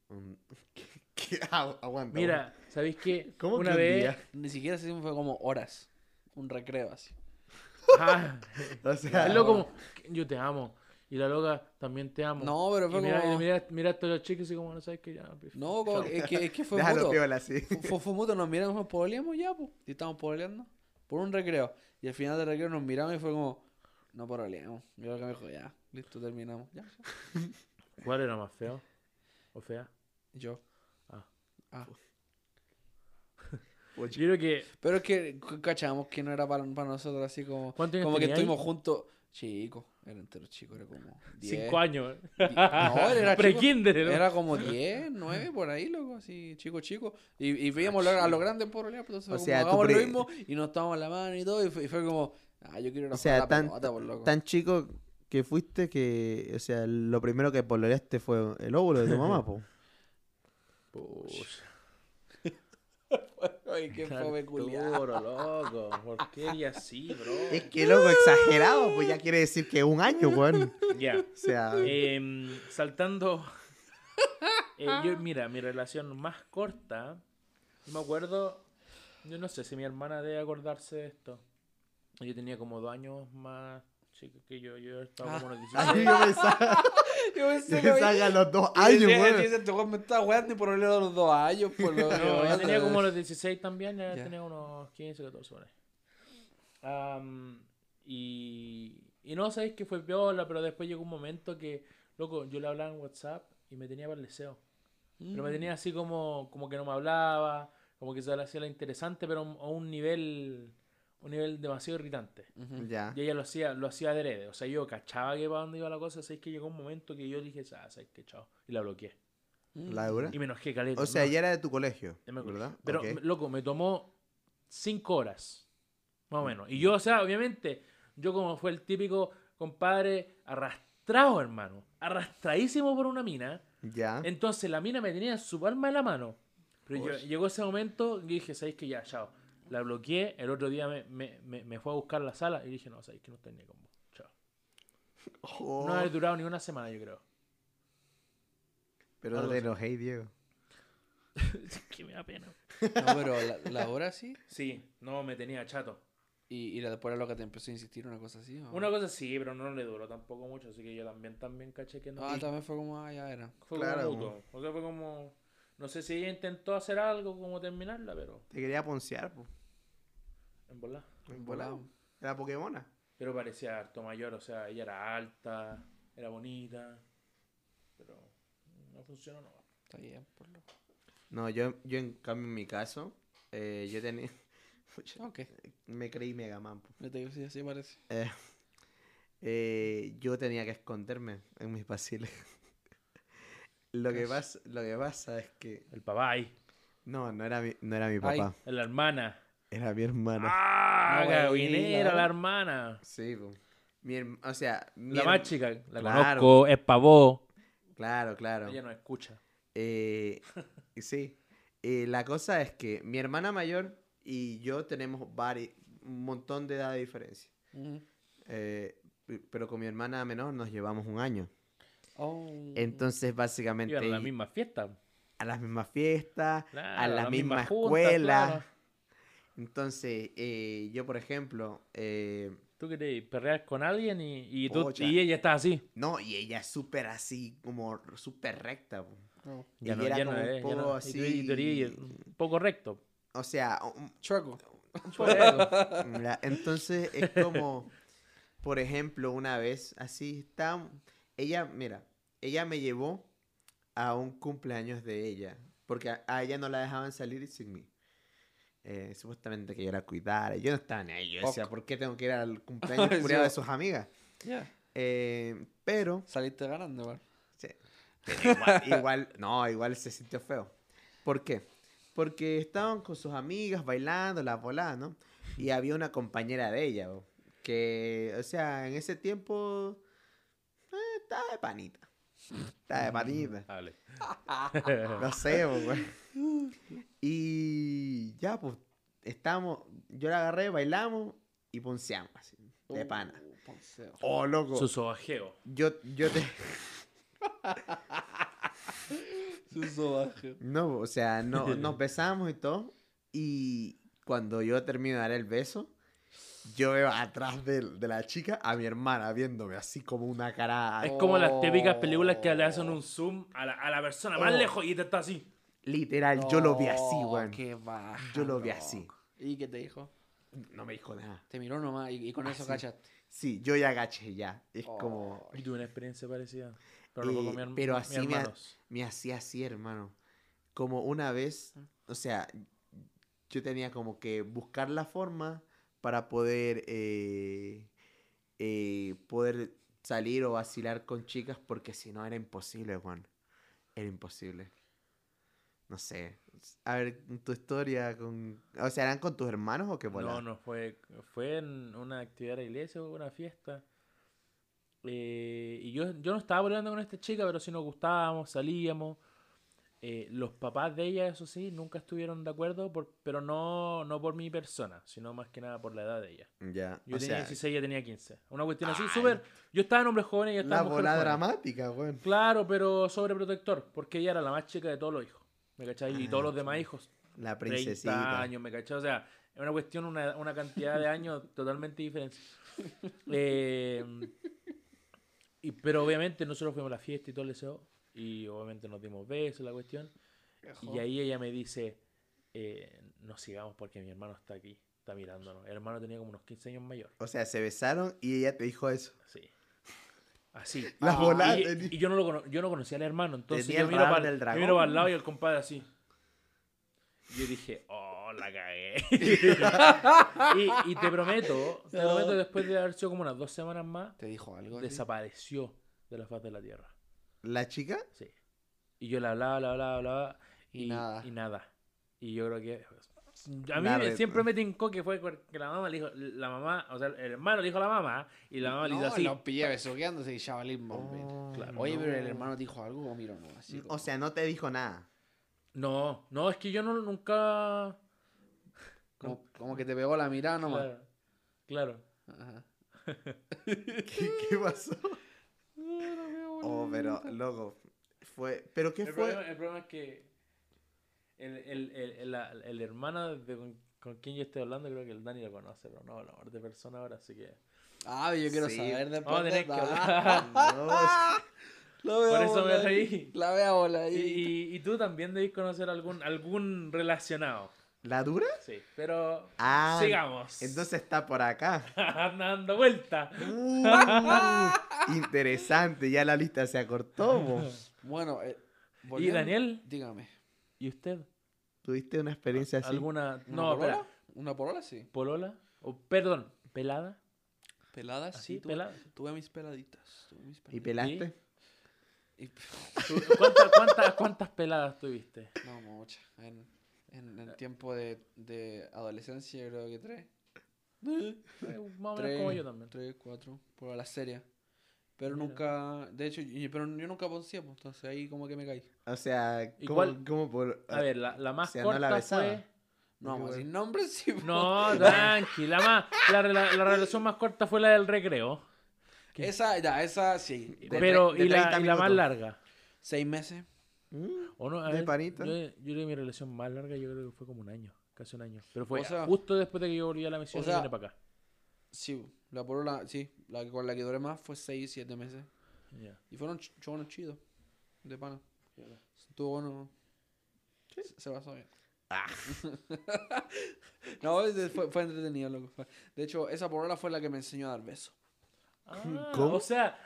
[SPEAKER 2] Un- ¿Qué? Ah, aguanta.
[SPEAKER 1] Mira, ¿sabéis qué?
[SPEAKER 2] ¿Cómo que
[SPEAKER 1] una
[SPEAKER 2] un
[SPEAKER 1] vez,
[SPEAKER 2] día?
[SPEAKER 3] Ni siquiera se fue como horas. un recreo así.
[SPEAKER 1] Ah,
[SPEAKER 2] O sea,
[SPEAKER 1] es lo como, yo te amo. Y la loca, también te amo.
[SPEAKER 3] No, pero
[SPEAKER 1] Y
[SPEAKER 3] fue
[SPEAKER 1] mira,
[SPEAKER 3] como.
[SPEAKER 1] mira, mira a todos los chicos y como, no sabes que ya... pif".
[SPEAKER 3] No, como que, es, que, es que fue
[SPEAKER 2] déjalo
[SPEAKER 3] mutuo.
[SPEAKER 2] piola así.
[SPEAKER 3] Fu- Fue, fue mutuo, nos miramos, nos pololeamos ya, pues. Y estábamos pololeando por un recreo. Y al final del recreo nos miramos y fue como, no pololeamos. Y lo que me dijo, ya, listo, terminamos. Ya, ya.
[SPEAKER 1] ¿Cuál era más feo? ¿O fea?
[SPEAKER 3] Yo.
[SPEAKER 1] Ah.
[SPEAKER 3] Ah.
[SPEAKER 1] Yo creo que...
[SPEAKER 3] Pero es que c- cachamos que no era para, para nosotros así como.
[SPEAKER 1] ¿Cuántos años
[SPEAKER 3] Como que
[SPEAKER 1] tenía ahí?
[SPEAKER 3] estuvimos juntos. Chico, era entero chico, era como. 10.
[SPEAKER 1] Cinco años.
[SPEAKER 3] Di- No, él era chico.
[SPEAKER 1] Pre-kinder. ¿no?
[SPEAKER 3] Era como 10, 9, por ahí, loco, así, chico, chico. Y, y veíamos lo- a los grandes por olear, pues, entonces
[SPEAKER 2] O
[SPEAKER 3] fue como,
[SPEAKER 2] sea, tú
[SPEAKER 3] hagamos lo
[SPEAKER 2] pre-
[SPEAKER 3] mismo y nos tomamos la mano y todo, y fue, y fue como, ah, yo quiero ir a
[SPEAKER 2] O
[SPEAKER 3] jugar
[SPEAKER 2] sea,
[SPEAKER 3] a la
[SPEAKER 2] tan-
[SPEAKER 3] pelota, por loco.
[SPEAKER 2] Tan chico que fuiste que, o sea, lo primero que pololeaste fue el óvulo de tu mamá, po.
[SPEAKER 1] Pucha,
[SPEAKER 3] Ay, qué fome culiado.
[SPEAKER 1] Arturo, loco. ¿Por qué y así, bro?
[SPEAKER 2] Es que loco, exagerado, pues ya quiere decir que un año, weón.
[SPEAKER 1] Ya.
[SPEAKER 2] O sea,
[SPEAKER 1] Em, saltando. Eh, yo, mira, mi relación más corta. Yo me acuerdo. Yo no sé si mi hermana debe acordarse de esto. Yo tenía como dos años más chica que yo. Yo estaba como unos 16.
[SPEAKER 3] Ah,
[SPEAKER 2] ahí yo pensaba,
[SPEAKER 3] Yo pensé que.
[SPEAKER 2] pensaba
[SPEAKER 3] Ay,
[SPEAKER 2] que a los dos años, weón.
[SPEAKER 3] me estaba jugando y por olor a los dos años, por loco.
[SPEAKER 1] No, yo tenía
[SPEAKER 3] otra
[SPEAKER 1] como
[SPEAKER 3] vez.
[SPEAKER 1] los 16 también, ya
[SPEAKER 3] Ya.
[SPEAKER 1] tenía unos 15, 14 por ahí. Am, y, y no sabéis que fue viola, pero después llegó un momento que, loco, yo le hablaba en WhatsApp y me tenía para el deseo.
[SPEAKER 3] Mm.
[SPEAKER 1] Pero me tenía así como, como que no me hablaba, como que se le hacía la interesante, pero a un- a un nivel, un nivel demasiado irritante.
[SPEAKER 3] Ujú.
[SPEAKER 2] Ya.
[SPEAKER 1] Y ella lo hacía, lo hacía adrede. O sea, yo cachaba que para dónde iba la cosa, sabéis que llegó un momento que yo dije, ah, sabéis que chao. Y la bloqueé.
[SPEAKER 3] Mm.
[SPEAKER 2] ¿La dura?
[SPEAKER 1] Y me enojé caleta.
[SPEAKER 2] ¿Eh? O sea,
[SPEAKER 1] me
[SPEAKER 2] ya era de tu colegio,
[SPEAKER 1] de Mercury.
[SPEAKER 2] ¿verdad?
[SPEAKER 1] Pero,
[SPEAKER 2] Ok.
[SPEAKER 1] me- loco, me tomó cinco horas.
[SPEAKER 2] Mm.
[SPEAKER 1] Más o menos. Y yo, o sea, obviamente, yo como fue el típico compadre arrastrado, hermano. Arrastradísimo por una mina.
[SPEAKER 2] Ya.
[SPEAKER 1] Entonces la mina me tenía su palma de la mano. Pero yo-
[SPEAKER 2] Oye.
[SPEAKER 1] llegó ese momento y dije, ¿sabéis que ya, chao? La bloqueé, el otro día me, me, me- me fue a buscar a la sala y dije, no, sabéis que no estoy ni con vos. Chao.
[SPEAKER 2] Oh,
[SPEAKER 1] No ha durado ni una semana, yo creo.
[SPEAKER 2] pero no te enojéis, Diego.
[SPEAKER 1] que me da pena.
[SPEAKER 3] No, pero la, la hora sí.
[SPEAKER 1] Sí, no, me tenía chato.
[SPEAKER 3] Y, y la- después era lo que te empezó a insistir, una cosa así. ¿o?
[SPEAKER 1] Una cosa sí, pero no le duró tampoco mucho, así que yo también también caché que no.
[SPEAKER 3] Ah, también fue como, ah, ya era.
[SPEAKER 1] fue
[SPEAKER 2] claro.
[SPEAKER 1] como mutuo. O sea, fue como no sé si ella intentó hacer algo como terminarla, pero
[SPEAKER 2] Te quería poncear, po.
[SPEAKER 1] en volá.
[SPEAKER 3] Volado.
[SPEAKER 2] Era Pokémona.
[SPEAKER 1] Pero parecía harto mayor, o sea, ella era alta, era bonita, pero no funcionó no.
[SPEAKER 3] Está bien, por loco.
[SPEAKER 2] No, yo, yo en cambio en mi caso, eh, yo tenía...
[SPEAKER 3] Ok.
[SPEAKER 2] Me creí Mega Man, po.
[SPEAKER 3] No te digo si así parece.
[SPEAKER 2] Eh, eh, yo tenía que esconderme en mis pasillos. lo, que pasa, lo que pasa es que...
[SPEAKER 1] El papay,
[SPEAKER 2] No, no era mi, no era mi
[SPEAKER 3] Ay.
[SPEAKER 2] papá.
[SPEAKER 1] la hermana.
[SPEAKER 2] Era mi hermana.
[SPEAKER 1] Ah,
[SPEAKER 3] No,
[SPEAKER 1] cabinera,
[SPEAKER 3] buena.
[SPEAKER 1] la hermana.
[SPEAKER 2] Sí, po. Mi herm- o sea... mi
[SPEAKER 1] La
[SPEAKER 2] herm-
[SPEAKER 1] más chica, la
[SPEAKER 2] Claro.
[SPEAKER 1] conozco, es pavó.
[SPEAKER 2] Claro, claro.
[SPEAKER 1] Ella no escucha.
[SPEAKER 2] Eh, sí. Eh, la cosa es que mi hermana mayor y yo tenemos vari- un montón de edad de diferencia.
[SPEAKER 3] Mm.
[SPEAKER 2] Eh, p- pero con mi hermana menor nos llevamos un año.
[SPEAKER 3] Oh.
[SPEAKER 2] Entonces, básicamente,
[SPEAKER 1] Iban a la misma fiesta.
[SPEAKER 2] a las mismas fiestas, a
[SPEAKER 1] Claro,
[SPEAKER 2] la, misma,
[SPEAKER 1] junta,
[SPEAKER 2] escuela.
[SPEAKER 1] claro.
[SPEAKER 2] Entonces, eh, yo, por ejemplo, eh,
[SPEAKER 1] Tú querés perrear con alguien y, y, tú-
[SPEAKER 2] Pocha.
[SPEAKER 1] y ella está así.
[SPEAKER 2] no, y ella es súper así, como súper recta. po.
[SPEAKER 3] Oh.
[SPEAKER 1] Ya
[SPEAKER 2] Y
[SPEAKER 1] no,
[SPEAKER 2] era
[SPEAKER 1] ya no,
[SPEAKER 2] como un
[SPEAKER 1] eh, ya
[SPEAKER 2] poco
[SPEAKER 1] no. Y tú- y tú eres
[SPEAKER 2] así-
[SPEAKER 1] un poco recto.
[SPEAKER 2] O sea, un-
[SPEAKER 3] Chueco.
[SPEAKER 2] Ya, Entonces es como, por ejemplo, una vez así está, ella, mira, ella me llevó a un cumpleaños de ella, porque a, a ella no la dejaban salir sin mí. Eh, supuestamente que yo la cuidara, yo no estaba ni ahí, yo decía,
[SPEAKER 3] Ok.
[SPEAKER 2] ¿por qué tengo que ir al cumpleaños
[SPEAKER 3] Sí,
[SPEAKER 2] culiao de
[SPEAKER 3] o-
[SPEAKER 2] sus amigas?
[SPEAKER 3] Ya.
[SPEAKER 2] Eh, pero,
[SPEAKER 3] Saliste ganando, güey.
[SPEAKER 2] sí, pero igual, igual- no, igual se sintió feo. ¿Por qué? Porque estaban con sus amigas bailando, las voladas, ¿no? Y había una compañera de ella, bo, que, o sea, en ese tiempo eh, estaba de panita. Estaba de panita.
[SPEAKER 1] Dale. Mm.
[SPEAKER 2] No sé, bo, güey. Y ya, pues, estábamos, yo la agarré, bailamos y ponceamos, así, de
[SPEAKER 3] Uh,
[SPEAKER 2] pana.
[SPEAKER 3] ponceo.
[SPEAKER 2] Oh, loco.
[SPEAKER 1] Su sobajeo.
[SPEAKER 2] Yo, yo te...
[SPEAKER 3] Su sobaje.
[SPEAKER 2] No, o sea, no, nos besamos y todo. Y cuando yo termino de dar el beso, Yo veo atrás de, de la chica a mi hermana viéndome así como una cara.
[SPEAKER 3] Oh.
[SPEAKER 1] Es como las típicas películas que le hacen un zoom a la, a la persona más
[SPEAKER 2] Oh.
[SPEAKER 1] lejos y te está así.
[SPEAKER 2] Literal, yo lo vi así,
[SPEAKER 3] No,
[SPEAKER 2] weón.
[SPEAKER 3] qué baja,
[SPEAKER 2] Yo lo vi
[SPEAKER 3] loco.
[SPEAKER 2] así.
[SPEAKER 3] ¿Y qué te dijo?
[SPEAKER 2] No me dijo nada.
[SPEAKER 3] Te miró nomás y, y con eso
[SPEAKER 2] Así.
[SPEAKER 3] cachaste.
[SPEAKER 2] Sí, yo ya agaché ya. Es
[SPEAKER 3] Oh.
[SPEAKER 2] como.
[SPEAKER 1] Yo tuve una experiencia parecida. Pero, no fue
[SPEAKER 2] Eh,
[SPEAKER 1] con mi herm-
[SPEAKER 2] pero
[SPEAKER 1] mi
[SPEAKER 2] así me ha-
[SPEAKER 1] hermanos.
[SPEAKER 2] Me hacía así, hermano. Como una vez, o sea, yo tenía como que buscar la forma para poder, eh, eh, poder salir o vacilar con chicas porque si no era imposible, Juan. Era imposible. No sé. A ver, tu historia con... O sea, ¿eran con tus hermanos o qué bola?
[SPEAKER 1] No, no fue. Fue en una actividad de la iglesia, una fiesta. Eh, y yo, yo no estaba volando con esta chica, pero sí nos gustábamos, salíamos. Eh, los papás de ella, eso sí, nunca estuvieron de acuerdo, por- pero no, no por mi persona, sino más que nada por la edad de ella.
[SPEAKER 2] Ya.
[SPEAKER 1] Yo
[SPEAKER 2] o
[SPEAKER 1] tenía
[SPEAKER 2] sea,
[SPEAKER 1] 16, ella tenía 15. Una cuestión así,
[SPEAKER 2] Ay.
[SPEAKER 1] súper. Yo estaba en hombres jóvenes y ella
[SPEAKER 2] la
[SPEAKER 1] estaba en mujeres
[SPEAKER 2] bola
[SPEAKER 1] jóvenes.
[SPEAKER 2] dramática, weón.
[SPEAKER 1] Claro, pero sobreprotector, porque ella era la más chica de todos los hijos. ¿Me cachai? Y
[SPEAKER 2] Ah,
[SPEAKER 1] todos los
[SPEAKER 2] chuta.
[SPEAKER 1] demás hijos.
[SPEAKER 2] La
[SPEAKER 1] 30
[SPEAKER 2] princesita.
[SPEAKER 1] años, ¿me cachai? O sea, es una cuestión, una, una cantidad de años totalmente diferente. Eh, y, pero obviamente nosotros fuimos a la fiesta y todo el deseo. Y obviamente nos dimos besos, la cuestión. Y ahí ella me dice, eh, no sigamos porque mi hermano está aquí, está mirándonos. El hermano tenía como unos 15 años mayor.
[SPEAKER 2] O sea, se besaron y ella te dijo eso.
[SPEAKER 1] Así. Así.
[SPEAKER 2] La
[SPEAKER 3] Ah,
[SPEAKER 2] bola...
[SPEAKER 1] Y,
[SPEAKER 2] tenía-
[SPEAKER 1] y yo no lo cono- yo no conocía al hermano, entonces
[SPEAKER 2] Tenía
[SPEAKER 1] yo
[SPEAKER 2] el
[SPEAKER 1] miro,
[SPEAKER 2] radar
[SPEAKER 1] para,
[SPEAKER 2] del
[SPEAKER 1] yo
[SPEAKER 2] dragón.
[SPEAKER 1] miro para el lado y el compadre así. Yo dije, oh, la cagué. y, y te prometo, te prometo, después de haber sido como unas dos semanas más,
[SPEAKER 3] ¿Te dijo algo? así?
[SPEAKER 1] desapareció de la faz de la tierra.
[SPEAKER 2] ¿La chica?
[SPEAKER 1] Sí. Y yo le hablaba, le hablaba, hablaba.
[SPEAKER 3] Y
[SPEAKER 1] Y,
[SPEAKER 3] nada.
[SPEAKER 1] Y nada. Y yo creo que. A mí me-
[SPEAKER 2] La red-
[SPEAKER 1] siempre me tincó que fue que la mamá le dijo, la mamá, o sea, el hermano le dijo a la mamá y la mamá le hizo
[SPEAKER 3] no,
[SPEAKER 1] así.
[SPEAKER 3] los pillé besuqueándose y chavalín bombín.
[SPEAKER 1] claro.
[SPEAKER 3] Oye, pero el
[SPEAKER 2] no.
[SPEAKER 3] hermano te dijo algo Oh. Mm, o miro no. Así
[SPEAKER 2] O
[SPEAKER 3] como-
[SPEAKER 2] sea, no te dijo nada.
[SPEAKER 1] No, no, es que yo no nunca.
[SPEAKER 3] como, como que te pegó la mirada nomás.
[SPEAKER 1] Claro. claro.
[SPEAKER 3] Ajá.
[SPEAKER 2] ¿Qué, qué pasó? Oh, pero, loco, fue... ¿Pero qué
[SPEAKER 1] el,
[SPEAKER 2] fue?
[SPEAKER 1] Problema, el problema es que el, el, el, el- la- el hermano de con, con quien yo estoy hablando, creo que el Dani lo conoce, pero no, el amor de persona ahora, así que.
[SPEAKER 3] Ah, yo quiero
[SPEAKER 2] Sí.
[SPEAKER 3] saber después.
[SPEAKER 1] Vamos a tener que
[SPEAKER 3] de-
[SPEAKER 1] hablar.
[SPEAKER 2] No,
[SPEAKER 3] Lo veo
[SPEAKER 1] Por eso me
[SPEAKER 3] volar.
[SPEAKER 1] reí.
[SPEAKER 3] La veo volar
[SPEAKER 1] Y,
[SPEAKER 3] ahí.
[SPEAKER 1] y- y tú también debes conocer algún, algún relacionado.
[SPEAKER 2] ¿La dura?
[SPEAKER 1] Sí, pero
[SPEAKER 2] Ah,
[SPEAKER 1] sigamos.
[SPEAKER 2] entonces está por acá.
[SPEAKER 1] Anda dando vuelta.
[SPEAKER 2] Uh, interesante, ya la lista se acortó. mo.
[SPEAKER 3] Bueno, eh,
[SPEAKER 1] ¿Y
[SPEAKER 3] volviendo-
[SPEAKER 1] Daniel?
[SPEAKER 3] Dígame.
[SPEAKER 1] ¿Y usted?
[SPEAKER 2] ¿Tuviste una experiencia así?
[SPEAKER 1] ¿Alguna?
[SPEAKER 3] ¿Una
[SPEAKER 1] No,
[SPEAKER 3] polola?
[SPEAKER 1] espera.
[SPEAKER 3] Una polola, sí.
[SPEAKER 1] ¿Polola? O, perdón, ¿pelada?
[SPEAKER 3] Peladas,
[SPEAKER 1] ¿Así?
[SPEAKER 3] sí. Tuve,
[SPEAKER 1] ¿Ah, ¿Pelada?
[SPEAKER 3] tuve mis peladitas. Tuve mis
[SPEAKER 2] ¿Y
[SPEAKER 3] peladitas.
[SPEAKER 2] pelaste?
[SPEAKER 3] Y-
[SPEAKER 1] ¿Tú- cuánta- cuánta- ¿Cuántas peladas tuviste?
[SPEAKER 3] No, muchas. En, en el tiempo de, de adolescencia, yo creo que tres.
[SPEAKER 1] Eh, Más o menos
[SPEAKER 3] Tres,
[SPEAKER 1] como yo también.
[SPEAKER 3] Tres, cuatro, por la serie. Pero
[SPEAKER 1] Mira.
[SPEAKER 3] nunca, de hecho, y- pero yo nunca poncía, pues, entonces ahí como que me caí.
[SPEAKER 2] O sea,
[SPEAKER 1] ¿Y
[SPEAKER 2] ¿cómo,
[SPEAKER 1] cuál?
[SPEAKER 2] cómo por...?
[SPEAKER 1] A ver, la, la más
[SPEAKER 2] O sea, no
[SPEAKER 1] corta
[SPEAKER 2] la besaba.
[SPEAKER 1] fue...
[SPEAKER 3] No, vamos a
[SPEAKER 2] Igual.
[SPEAKER 3] decir nombres, sí. pues.
[SPEAKER 1] No, tranqui, la, más, la, rela- la relación más corta fue la del recreo. ¿qué?
[SPEAKER 3] Esa, ya, esa sí.
[SPEAKER 2] De
[SPEAKER 1] Pero,
[SPEAKER 2] tre- de
[SPEAKER 1] y, la,
[SPEAKER 2] 30
[SPEAKER 1] y la más
[SPEAKER 2] minutos.
[SPEAKER 1] larga.
[SPEAKER 3] Seis meses.
[SPEAKER 2] Mm,
[SPEAKER 1] ¿O no? A
[SPEAKER 2] De panita.
[SPEAKER 1] Yo, yo creo que mi relación más larga yo creo que fue como un año, casi un año. Pero fue
[SPEAKER 3] O sea-
[SPEAKER 1] justo después de que yo volví a la misión
[SPEAKER 3] o sea-
[SPEAKER 1] y vine para acá.
[SPEAKER 3] Sí, pues. la polola, sí, la que- con la que duré más fue seis, siete meses.
[SPEAKER 1] Ya.
[SPEAKER 3] Y fueron ch- chonos chidos, de pana. Estuvo bueno. Se- Se pasó bien.
[SPEAKER 1] Ah.
[SPEAKER 3] no, es- fue, fue entretenido, loco. fue- De hecho, esa polola fue la que me enseñó a dar besos.
[SPEAKER 1] Ah,
[SPEAKER 2] ¿Cómo?
[SPEAKER 1] O sea,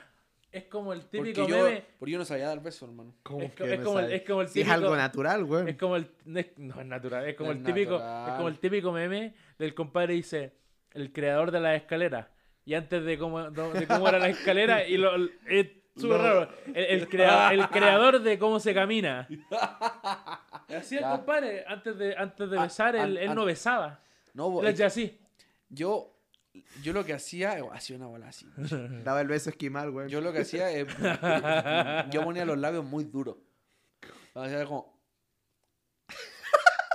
[SPEAKER 1] es como el
[SPEAKER 3] Porque
[SPEAKER 1] típico
[SPEAKER 3] yo,
[SPEAKER 1] meme...
[SPEAKER 3] porque yo no sabía dar besos, hermano.
[SPEAKER 2] ¿cómo
[SPEAKER 1] Es, co-
[SPEAKER 2] que
[SPEAKER 1] es
[SPEAKER 2] no
[SPEAKER 1] como el,
[SPEAKER 2] sabes?
[SPEAKER 1] es como el
[SPEAKER 2] Si es
[SPEAKER 1] típico...
[SPEAKER 2] algo natural, güey.
[SPEAKER 1] Es como el. No es, no es natural, es como el
[SPEAKER 3] No es
[SPEAKER 1] típico. Es
[SPEAKER 3] natural.
[SPEAKER 1] como el típico meme del compadre dice. El creador de la escalera. Y antes de cómo, no- de cómo era la escalera, y lo. Es súper
[SPEAKER 2] No.
[SPEAKER 1] raro. El, el crea- el creador de cómo se camina. Así el
[SPEAKER 3] Ya.
[SPEAKER 1] compadre, antes de, antes de
[SPEAKER 3] Ah,
[SPEAKER 1] besar,
[SPEAKER 3] an-
[SPEAKER 1] él, él
[SPEAKER 3] an- Oh,
[SPEAKER 1] no besaba.
[SPEAKER 3] No, bo-
[SPEAKER 1] Él hacía así.
[SPEAKER 3] yo, yo lo que hacía, eh, hacía una bola así.
[SPEAKER 2] Daba el beso esquimal, güey.
[SPEAKER 3] Yo lo que hacía es. Yo ponía los labios muy duros. Hacía como.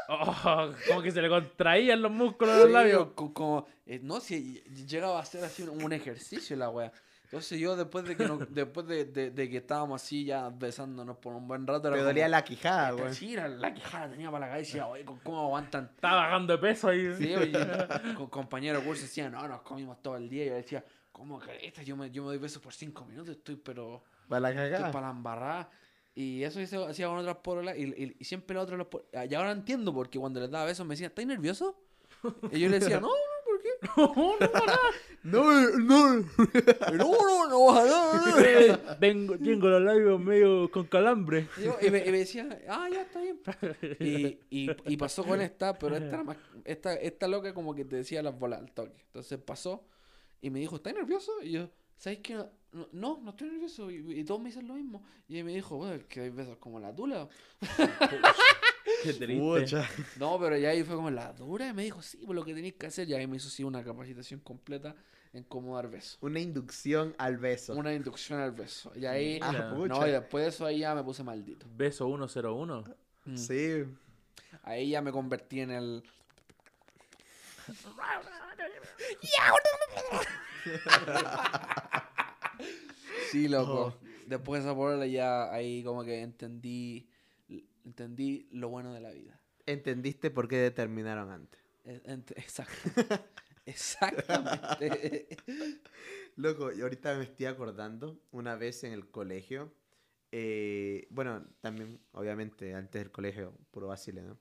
[SPEAKER 1] Oh, como que se le contraían los músculos de los
[SPEAKER 3] Sí,
[SPEAKER 1] labios.
[SPEAKER 3] o co- como, eh, no, si llegaba a ser así un, un ejercicio la wea. Entonces yo después de que no- después de, de- de que estábamos así ya besándonos por un buen rato, era
[SPEAKER 2] Me
[SPEAKER 3] como,
[SPEAKER 2] dolía la quijada,
[SPEAKER 3] "Esta
[SPEAKER 2] güey.
[SPEAKER 3] chira, la quijada tenía para la cabeza y decía, oye, ¿con- ¿cómo aguantan?
[SPEAKER 1] Está bajando de peso ahí.
[SPEAKER 3] Sí, oye, con compañeros de curso decían, no, nos comimos todo el día. Y yo decía, ¿cómo que esta? Yo me, yo me doy besos por cinco minutos, estoy pero
[SPEAKER 2] Para la
[SPEAKER 3] estoy
[SPEAKER 2] cagada.
[SPEAKER 3] para la embarrada. Y eso hice- hacía con otras porolas. Y, y- y siempre los otros los por- Y ahora entiendo porque cuando les daba besos me decían, ¿estás nervioso? Y yo le decía, no, no, ¿por qué?
[SPEAKER 1] Oh, No, no, para.
[SPEAKER 2] No, no.
[SPEAKER 3] No, no, no, ojalá, no, no".
[SPEAKER 1] Eh, Tengo, tengo los labios medio con calambre.
[SPEAKER 3] Y yo- y me, y me decía, ah, ya está bien. Y, y- y pasó con esta, pero esta era más. Esta, esta loca como que te decía las bolas al toque. Entonces pasó y me dijo, ¿estás nervioso? Y yo, ¿sabes qué? No, no, no estoy nervioso. Y, y todos me dicen lo mismo. Y ella me dijo, bueno, es que hay besos como la dura.
[SPEAKER 1] Qué triste.
[SPEAKER 2] Pucha.
[SPEAKER 3] No, pero ya ahí fue como la dura. Y me dijo, sí, pues lo que tenéis que hacer. Y ahí me hizo sí una capacitación completa en cómo dar besos.
[SPEAKER 2] Una inducción al beso.
[SPEAKER 3] Una inducción al beso. Y ahí.
[SPEAKER 1] Ah,
[SPEAKER 2] pucha.
[SPEAKER 3] No, y después de eso ahí ya me puse maldito.
[SPEAKER 1] Beso 101.
[SPEAKER 3] Mm.
[SPEAKER 2] Sí.
[SPEAKER 3] Ahí ya me convertí en el. sí, loco. Después de esa polola ya ahí como que entendí entendí lo bueno de la vida.
[SPEAKER 2] Entendiste por qué determinaron antes.
[SPEAKER 3] E- ent- Exacto. Exactamente.
[SPEAKER 2] Loco, y ahorita me estoy acordando, una vez en el colegio, eh, bueno, también, obviamente, antes del colegio, puro vacile, ¿no?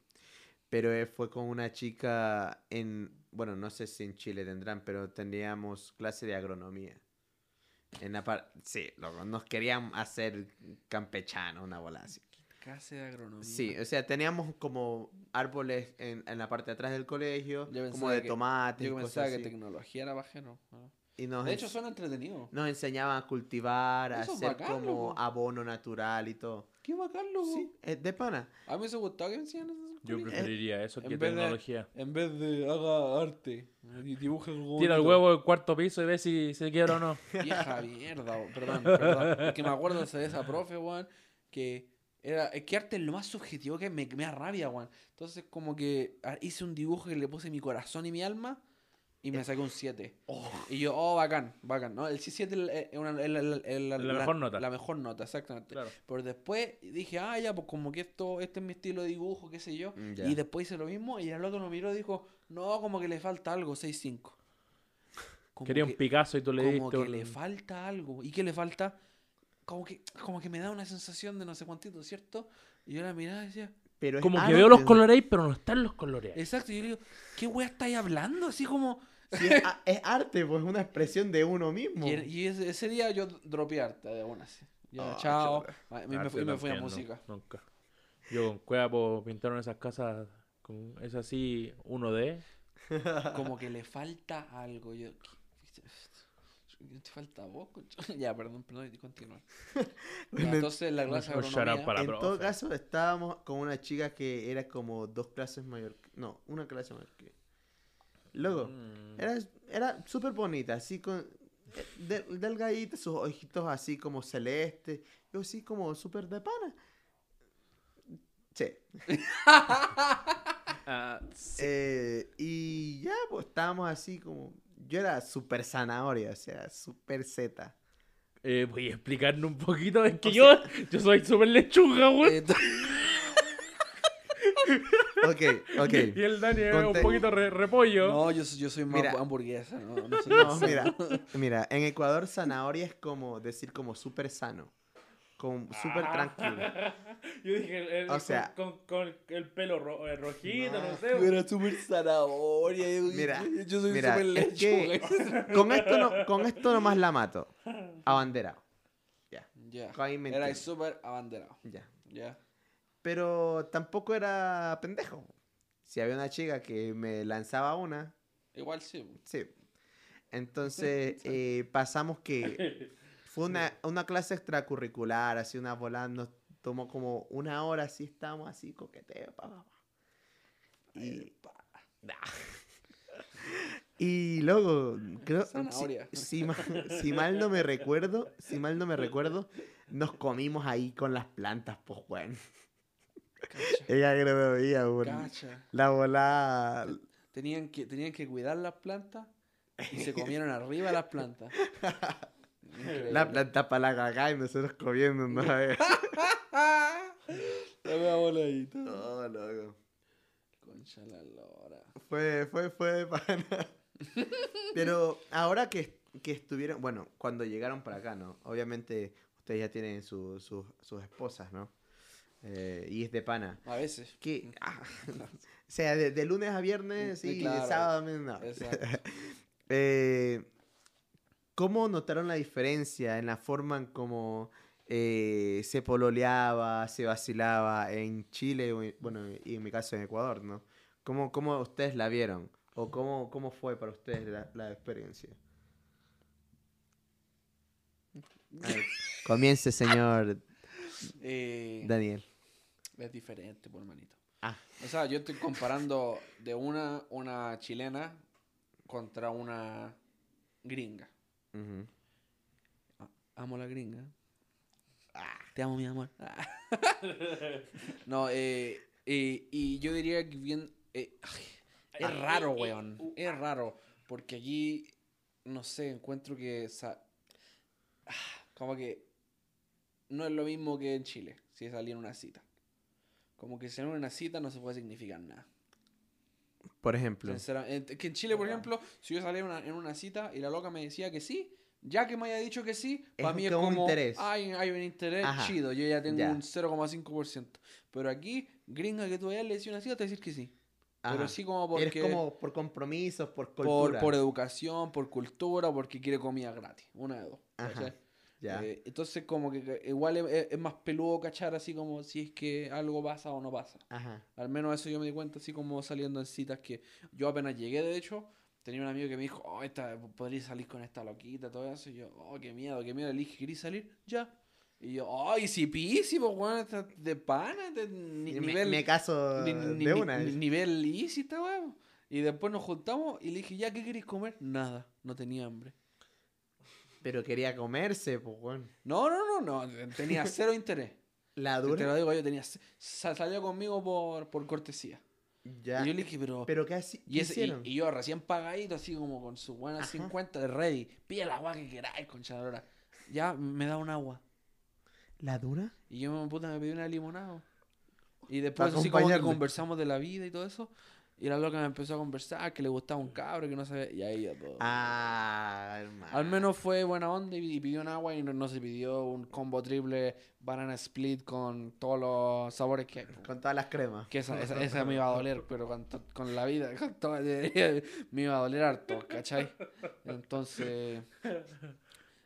[SPEAKER 2] Pero eh, fue con una chica en, bueno, no sé si en Chile tendrán, pero teníamos clase de agronomía. En la par- sí, loco, nos querían hacer campechano, una bola así.
[SPEAKER 3] Clase de agronomía.
[SPEAKER 2] Sí, o sea, teníamos como árboles en, en la parte de atrás del colegio,
[SPEAKER 3] Yo
[SPEAKER 2] como
[SPEAKER 3] pensaba
[SPEAKER 2] de
[SPEAKER 3] que-
[SPEAKER 2] tomates,
[SPEAKER 3] Yo
[SPEAKER 2] y
[SPEAKER 3] pensaba
[SPEAKER 2] cosas
[SPEAKER 3] que
[SPEAKER 2] así.
[SPEAKER 3] tecnología era bajero. ¿no?
[SPEAKER 2] Y nos
[SPEAKER 3] De hecho,
[SPEAKER 2] ens-
[SPEAKER 3] son entretenidos.
[SPEAKER 2] nos enseñaban a cultivar, a
[SPEAKER 3] Eso es
[SPEAKER 2] hacer
[SPEAKER 3] bacán,
[SPEAKER 2] como
[SPEAKER 3] loco. Uh.
[SPEAKER 2] abono natural y todo.
[SPEAKER 3] Qué bacán, loco.
[SPEAKER 2] Sí, eh, de pana.
[SPEAKER 3] A mí me hubiese gustado que me enseñaran eso. en el
[SPEAKER 1] Yo
[SPEAKER 3] colegio.
[SPEAKER 1] preferiría eso que
[SPEAKER 3] Eh, en vez de-
[SPEAKER 1] tecnología.
[SPEAKER 3] En vez de haga arte y dibuja algo
[SPEAKER 1] Tira el
[SPEAKER 3] bonito.
[SPEAKER 1] huevo del cuarto piso y ve si se quiebra o no.
[SPEAKER 3] Vieja mierda, bo- perdón, perdón. Es que me acuerdo de esa profe, weón, que era, es que arte es lo más subjetivo que me, me da rabia, weón. Entonces como que ah, hice un dibujo que le puse mi corazón y mi alma y me saqué un 7. Y yo, oh, bacán, bacán. No, el 7 es una- es la- la- es la-
[SPEAKER 1] La mejor nota.
[SPEAKER 3] La mejor nota, exactamente.
[SPEAKER 1] Claro.
[SPEAKER 3] Pero después dije, ah, ya, pues como que esto, este es mi estilo de dibujo, qué sé yo.
[SPEAKER 2] Mm, ya.
[SPEAKER 3] Y después hice lo mismo y el otro lo miró y dijo, no, como que le falta algo, 6-5. Como
[SPEAKER 1] Quería un
[SPEAKER 3] que-
[SPEAKER 1] Picasso y tú le
[SPEAKER 3] Como
[SPEAKER 1] diste
[SPEAKER 3] que
[SPEAKER 1] un...
[SPEAKER 3] le falta algo. ¿Y qué le falta? Como que, como que me da una sensación de no sé cuántito, ¿cierto? Y yo la miraba y decía,
[SPEAKER 2] Pero es
[SPEAKER 1] Como que
[SPEAKER 2] arte,
[SPEAKER 1] veo los
[SPEAKER 2] ¿no?
[SPEAKER 1] coloreis, pero no están los coloreis.
[SPEAKER 3] exacto, y yo le digo, ¿qué wea estáis hablando? Así como...
[SPEAKER 2] Sí, es, a- es arte, pues una expresión de uno mismo.
[SPEAKER 3] Y, er- y ese, ese día yo dropearte de una así. Ya,
[SPEAKER 2] Ah,
[SPEAKER 3] chao.
[SPEAKER 2] chuta.
[SPEAKER 3] Ah, y me, fui- y me fui a música.
[SPEAKER 1] Nunca. Yo con Cueva pintaron esas casas con es así 1D.
[SPEAKER 3] Como que le falta algo. Yo, ¿qué- qué- ¿Te falta vos? concha? Ya, perdón, perdón, y continuar. Ya,
[SPEAKER 2] Bueno,
[SPEAKER 3] entonces la clase de
[SPEAKER 2] Oh,
[SPEAKER 1] un shout out
[SPEAKER 3] agronomía-
[SPEAKER 1] para- la
[SPEAKER 2] en todo
[SPEAKER 1] profe.
[SPEAKER 2] caso, estábamos con una chica que era como dos clases mayor. que- No, una clase mayor que. Luego,
[SPEAKER 1] Mm.
[SPEAKER 2] era, era súper bonita, así con. eh, de- delgadita, sus ojitos así como celeste. Yo así como súper de pana. Sí.
[SPEAKER 1] Ah,
[SPEAKER 2] Eh, y ya, pues estábamos así como. Yo era súper zanahoria, o sea, súper zeta.
[SPEAKER 1] eh, voy a explicarle un poquito. Es que yo, yo soy súper lechuga, güey.
[SPEAKER 3] Eh, t-
[SPEAKER 2] Ok, ok.
[SPEAKER 1] Y el Dani es un
[SPEAKER 2] Conte-
[SPEAKER 1] poquito re- repollo.
[SPEAKER 3] no, yo, soy- yo soy más
[SPEAKER 2] Mira.
[SPEAKER 3] hamburguesa. No, no soy
[SPEAKER 2] No,
[SPEAKER 3] más-
[SPEAKER 2] mira, mira, en Ecuador zanahoria es como decir como súper sano, como súper
[SPEAKER 1] Ah.
[SPEAKER 2] tranquilo.
[SPEAKER 1] Yo dije, el-
[SPEAKER 2] O
[SPEAKER 1] con-
[SPEAKER 2] sea-
[SPEAKER 1] con, con el pelo ro- eh, rojito, no,
[SPEAKER 2] No.
[SPEAKER 1] sé.
[SPEAKER 3] Yo era súper zanahoria. Yo,
[SPEAKER 2] Mira,
[SPEAKER 3] yo soy
[SPEAKER 2] mira,
[SPEAKER 3] súper
[SPEAKER 2] es que-
[SPEAKER 3] lechuga.
[SPEAKER 2] Con esto, no, con esto nomás la mato. Abanderado. Ya,
[SPEAKER 3] Ya.
[SPEAKER 2] Ahí me
[SPEAKER 3] Era
[SPEAKER 2] entiendo.
[SPEAKER 3] súper abanderado.
[SPEAKER 2] ya.
[SPEAKER 3] Ya.
[SPEAKER 2] Pero tampoco era pendejo. Si había una chica que me lanzaba una,
[SPEAKER 3] Igual sí.
[SPEAKER 2] Sí. Entonces eh, pasamos que fue una, una clase extracurricular, así una bola, nos tomó como una hora, así estábamos así coqueteo. pa, pa, pa. Y, y luego, creo, si-
[SPEAKER 3] Zanahoria.
[SPEAKER 2] si, ma- si mal no me recuerdo, si mal no me recuerdo, nos comimos ahí con las plantas, pues, weón.
[SPEAKER 3] Cacha.
[SPEAKER 2] Ella que no me veía, weón.
[SPEAKER 3] Cacha.
[SPEAKER 2] La bola
[SPEAKER 3] Tenían que, tenían que cuidar las plantas y se comieron arriba las plantas.
[SPEAKER 2] La planta para la cagá y nosotros comiendo, ¿no?
[SPEAKER 3] La wea voladita.
[SPEAKER 2] No, loco.
[SPEAKER 3] Concha la lora.
[SPEAKER 2] Fue, fue, fue de pana. Pero ahora que, que estuvieron, bueno, cuando llegaron para acá, ¿no? Obviamente ustedes ya tienen su- su- sus esposas, ¿no? Eh, y es de pana.
[SPEAKER 3] A veces.
[SPEAKER 2] Que, ah, o sea, de, de lunes a viernes
[SPEAKER 3] Sí,
[SPEAKER 2] y
[SPEAKER 3] claro.
[SPEAKER 2] de sábado a no.
[SPEAKER 3] Exacto.
[SPEAKER 2] Eh, ¿Cómo notaron la diferencia en la forma en cómo eh, se pololeaba, se vacilaba en Chile, o en- bueno, y en mi caso en Ecuador, ¿no? ¿Cómo, cómo ustedes la vieron? ¿O cómo, cómo fue para ustedes la, la experiencia? A ver, Comience, señor
[SPEAKER 3] Eh,
[SPEAKER 2] Daniel.
[SPEAKER 3] Es diferente, por manito.
[SPEAKER 2] Ah.
[SPEAKER 3] O sea, yo estoy comparando de una, una chilena contra una gringa.
[SPEAKER 2] Ujú.
[SPEAKER 3] Amo la gringa. Te amo, mi amor. Ah. no, eh, eh, y yo diría que bien... eh, ay, es raro, weón. Es raro. Porque allí, no sé, encuentro que... sa- ah, como que no es lo mismo que en Chile, si salí en una cita. Como que salir en una cita no se puede significar nada.
[SPEAKER 2] Por ejemplo.
[SPEAKER 3] Sinceramente, eh, que en Chile, por ejemplo, si yo salía en una, en una cita y la loca me decía que sí, ya que me haya dicho que sí,
[SPEAKER 2] Es
[SPEAKER 3] para
[SPEAKER 2] un-
[SPEAKER 3] mí es
[SPEAKER 2] como
[SPEAKER 3] como,
[SPEAKER 2] un interés.
[SPEAKER 3] Hay, hay un interés
[SPEAKER 2] Ajá,
[SPEAKER 3] chido, yo ya tengo
[SPEAKER 2] ya.
[SPEAKER 3] un 0,5%. Pero aquí, gringa que tú vayas le decís una cita, te decís que sí. Pero
[SPEAKER 2] Ajá.
[SPEAKER 3] sí como
[SPEAKER 2] Eres
[SPEAKER 3] porque...
[SPEAKER 2] como por compromisos, por
[SPEAKER 3] por,
[SPEAKER 2] cultura.
[SPEAKER 3] por educación, por cultura, porque quiere comida gratis. Una de dos.
[SPEAKER 2] Ajá,
[SPEAKER 3] ¿cachai?
[SPEAKER 2] ya.
[SPEAKER 3] Eh, entonces como que que igual es- es- es más peludo cachar así como si es que algo pasa o no pasa.
[SPEAKER 2] Ajá.
[SPEAKER 3] Al menos eso yo me di cuenta así como saliendo en citas que yo apenas llegué, de hecho, tenía un amigo que me dijo, oh, esta, podría salir con esta loquita, todo eso. Y yo, oh, qué miedo, qué miedo. Le dije, ¿querís salir? Ya. Y yo, ay, si pisi, pues, weón, esta de pana, de ni-
[SPEAKER 2] Y me-
[SPEAKER 3] nivel...
[SPEAKER 2] me, caso
[SPEAKER 3] ni- ni-
[SPEAKER 2] de
[SPEAKER 3] ni-
[SPEAKER 2] una.
[SPEAKER 3] ni- nivel easy, esta weón. Y después nos juntamos y le dije, ya, ¿qué queréis comer? Nada, no tenía hambre.
[SPEAKER 2] Pero quería comerse, pues, weón.
[SPEAKER 3] No, no, no, no, tenía cero interés.
[SPEAKER 2] La
[SPEAKER 3] Te lo
[SPEAKER 2] dura.
[SPEAKER 3] digo yo, tenía... ce- sa- Salió conmigo por, por cortesía.
[SPEAKER 2] Ya.
[SPEAKER 3] Y yo le dije, pero...
[SPEAKER 2] Pero qué así
[SPEAKER 3] Y, ese- y-
[SPEAKER 2] hicieron.
[SPEAKER 3] y yo recién pagadito, así como con su buena
[SPEAKER 2] Ajá.
[SPEAKER 3] 50 de ready. Pide la agua que queráis, conchadora. Ya me da un agua.
[SPEAKER 2] La dura.
[SPEAKER 3] Y yo me puta me pedí una limonada. Y después
[SPEAKER 2] Pa'
[SPEAKER 3] así como que
[SPEAKER 2] acompañarle.
[SPEAKER 3] conversamos de la vida y todo eso. Y la loca me empezó a conversar, que le gustaba un cabro, que no sabía. Y ahí ya todo.
[SPEAKER 2] Mm. Ah, hermano.
[SPEAKER 3] Al menos fue buena onda y, y pidió un agua y no, no se pidió un combo triple banana split con todos los sabores que hay. po.
[SPEAKER 2] Con todas las cremas.
[SPEAKER 3] Que esa, esa, esa me iba a doler, pero con, to- con la vida, con todo, me iba a doler harto, ¿cachai? Entonces,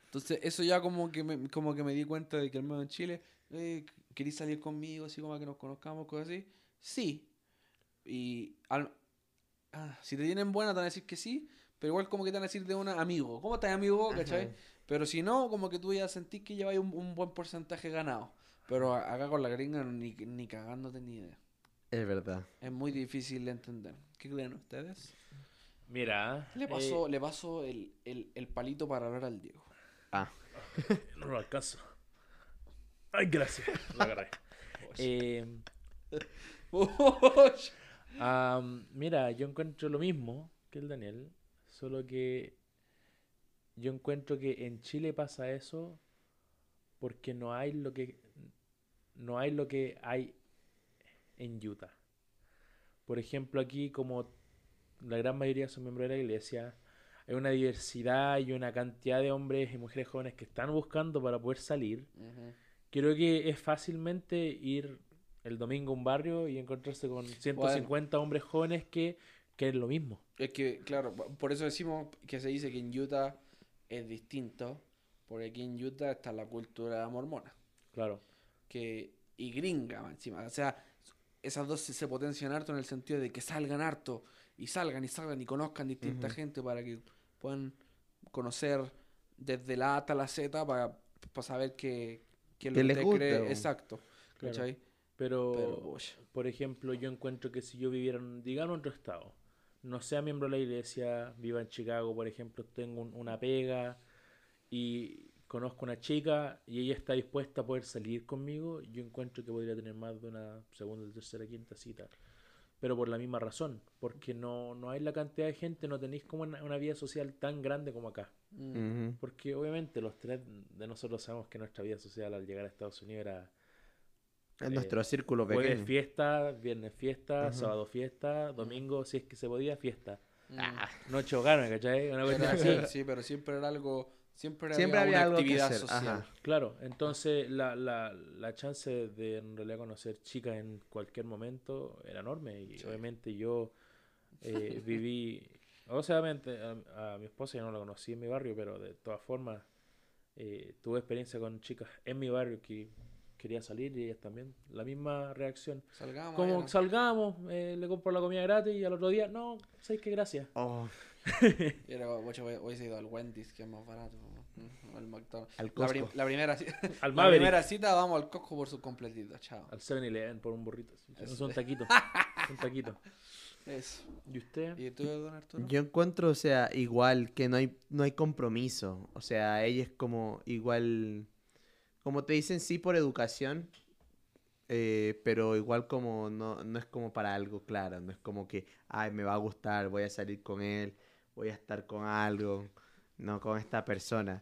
[SPEAKER 3] entonces eso ya como que me, como que me di cuenta de que al menos en Chile, eh, ¿querís salir conmigo, así como a que nos conozcamos, cosas así? Sí. Y al- ah, si te tienen buena, te van a decir que sí, pero igual como que te van a decir de una amigo. ¿Cómo estás, amigo?
[SPEAKER 2] Ajá.
[SPEAKER 3] ¿Cachai? Pero si no, como que tú ya sentís que lleváis un, un buen porcentaje ganado. Pero a- acá con la gringa ni, ni cagándote ni idea.
[SPEAKER 2] Es verdad.
[SPEAKER 3] Es muy difícil de entender. ¿Qué creen ustedes?
[SPEAKER 1] Mira.
[SPEAKER 3] Le
[SPEAKER 1] eh,
[SPEAKER 3] paso, le paso el, el, el palito para hablar al Diego.
[SPEAKER 2] Ah.
[SPEAKER 1] no lo alcanzo. eh, Ay, gracias. Lo agarré. Eh, Am, mira, yo encuentro lo mismo que el Daniel, solo que yo encuentro que en Chile pasa eso porque no hay lo que no hay lo que hay en Utah. Por ejemplo, aquí como la gran mayoría son miembros de la iglesia, hay una diversidad y una cantidad de hombres y mujeres jóvenes que están buscando para poder salir.
[SPEAKER 3] Ujú.
[SPEAKER 1] Creo que es fácilmente ir el domingo a un barrio y encontrarse con 150 hombres jóvenes que quieren lo mismo.
[SPEAKER 3] Es que, claro, po- por eso decimos que se dice que en Utah es distinto, porque aquí en Utah está la cultura mormona
[SPEAKER 1] Claro.
[SPEAKER 3] que, y gringa más encima. O sea, esas dos se, se potencian harto en el sentido de que salgan harto y salgan y salgan y conozcan distinta
[SPEAKER 2] Ujú.
[SPEAKER 3] gente para que puedan conocer desde la A hasta la Z para, saber qué, qué es lo
[SPEAKER 2] Que
[SPEAKER 3] que
[SPEAKER 2] les
[SPEAKER 3] ustedes
[SPEAKER 2] gusta,
[SPEAKER 3] creen.
[SPEAKER 2] po.
[SPEAKER 3] Exacto.
[SPEAKER 1] Claro.
[SPEAKER 3] ¿Cachai?
[SPEAKER 1] Pero,
[SPEAKER 3] Pero, pucha.
[SPEAKER 1] por ejemplo, yo encuentro que si yo viviera, en, digamos, en otro estado, no sea miembro de la iglesia, viva en Chicago, por ejemplo, tengo un- una pega y conozco una chica y ella está dispuesta a poder salir conmigo, yo encuentro que podría tener más de una segunda, tercera, quinta cita. pero por la misma razón, porque no, no hay la cantidad de gente, no tenéis como una, una vida social tan grande como acá.
[SPEAKER 3] Mm.
[SPEAKER 2] Ujú.
[SPEAKER 1] Porque obviamente los tres de nosotros sabemos que nuestra vida social al llegar a Estados Unidos era
[SPEAKER 2] En
[SPEAKER 3] Eh,
[SPEAKER 2] nuestro círculo
[SPEAKER 1] jueves
[SPEAKER 2] pequeño.
[SPEAKER 1] fiesta, viernes fiesta,
[SPEAKER 2] Ajá.
[SPEAKER 1] sábado fiesta, domingo, si es que se podía, fiesta.
[SPEAKER 3] Mm.
[SPEAKER 1] Noche hogares, ¿cachai? Una
[SPEAKER 3] Pero
[SPEAKER 1] cuestión
[SPEAKER 3] sí,
[SPEAKER 1] así.
[SPEAKER 3] sí, pero siempre era algo. Siempre,
[SPEAKER 2] Siempre había
[SPEAKER 3] había, una
[SPEAKER 2] algo que
[SPEAKER 3] actividad
[SPEAKER 2] hacer,
[SPEAKER 3] social.
[SPEAKER 2] ajá.
[SPEAKER 1] Claro, entonces la, la, la chance de en realidad conocer chicas en cualquier momento era enorme y
[SPEAKER 3] Sí.
[SPEAKER 1] obviamente yo eh, viví, o sea, obviamente a, a mi esposa yo no la conocí en mi barrio, pero de todas formas eh, tuve experiencia con chicas en mi barrio que quería salir y ellas también, la misma reacción.
[SPEAKER 3] Salgamos.
[SPEAKER 1] Como
[SPEAKER 3] ya.
[SPEAKER 1] salgamos, eh, le compro la comida gratis y al otro día, no, ¿sabes qué? Gracias.
[SPEAKER 2] Oh,
[SPEAKER 3] Y era, "Oye, voy- hoy se ha ido al Wendy's, que es más barato. ¿no? O al McDonald's.
[SPEAKER 2] al
[SPEAKER 3] La,
[SPEAKER 2] Costco.
[SPEAKER 3] prim- la primera, ci-
[SPEAKER 1] Al
[SPEAKER 3] la
[SPEAKER 1] Maverick,
[SPEAKER 3] primera cita vamos al Costco por su completito. Chao.
[SPEAKER 1] al 7-Eleven por un burrito. Es
[SPEAKER 3] Eso.
[SPEAKER 1] un taquito. Un taquito.
[SPEAKER 3] Eso.
[SPEAKER 1] ¿Y usted?
[SPEAKER 3] ¿Y tú, don Arturo?
[SPEAKER 2] Yo encuentro, o sea, igual que no hay, no hay compromiso. O sea, ella es como igual, como te dicen, sí por educación, eh, pero igual como no, no es como para algo claro. No es como que, ay, me va a gustar, voy a salir con él, voy a estar con algo, no con esta persona.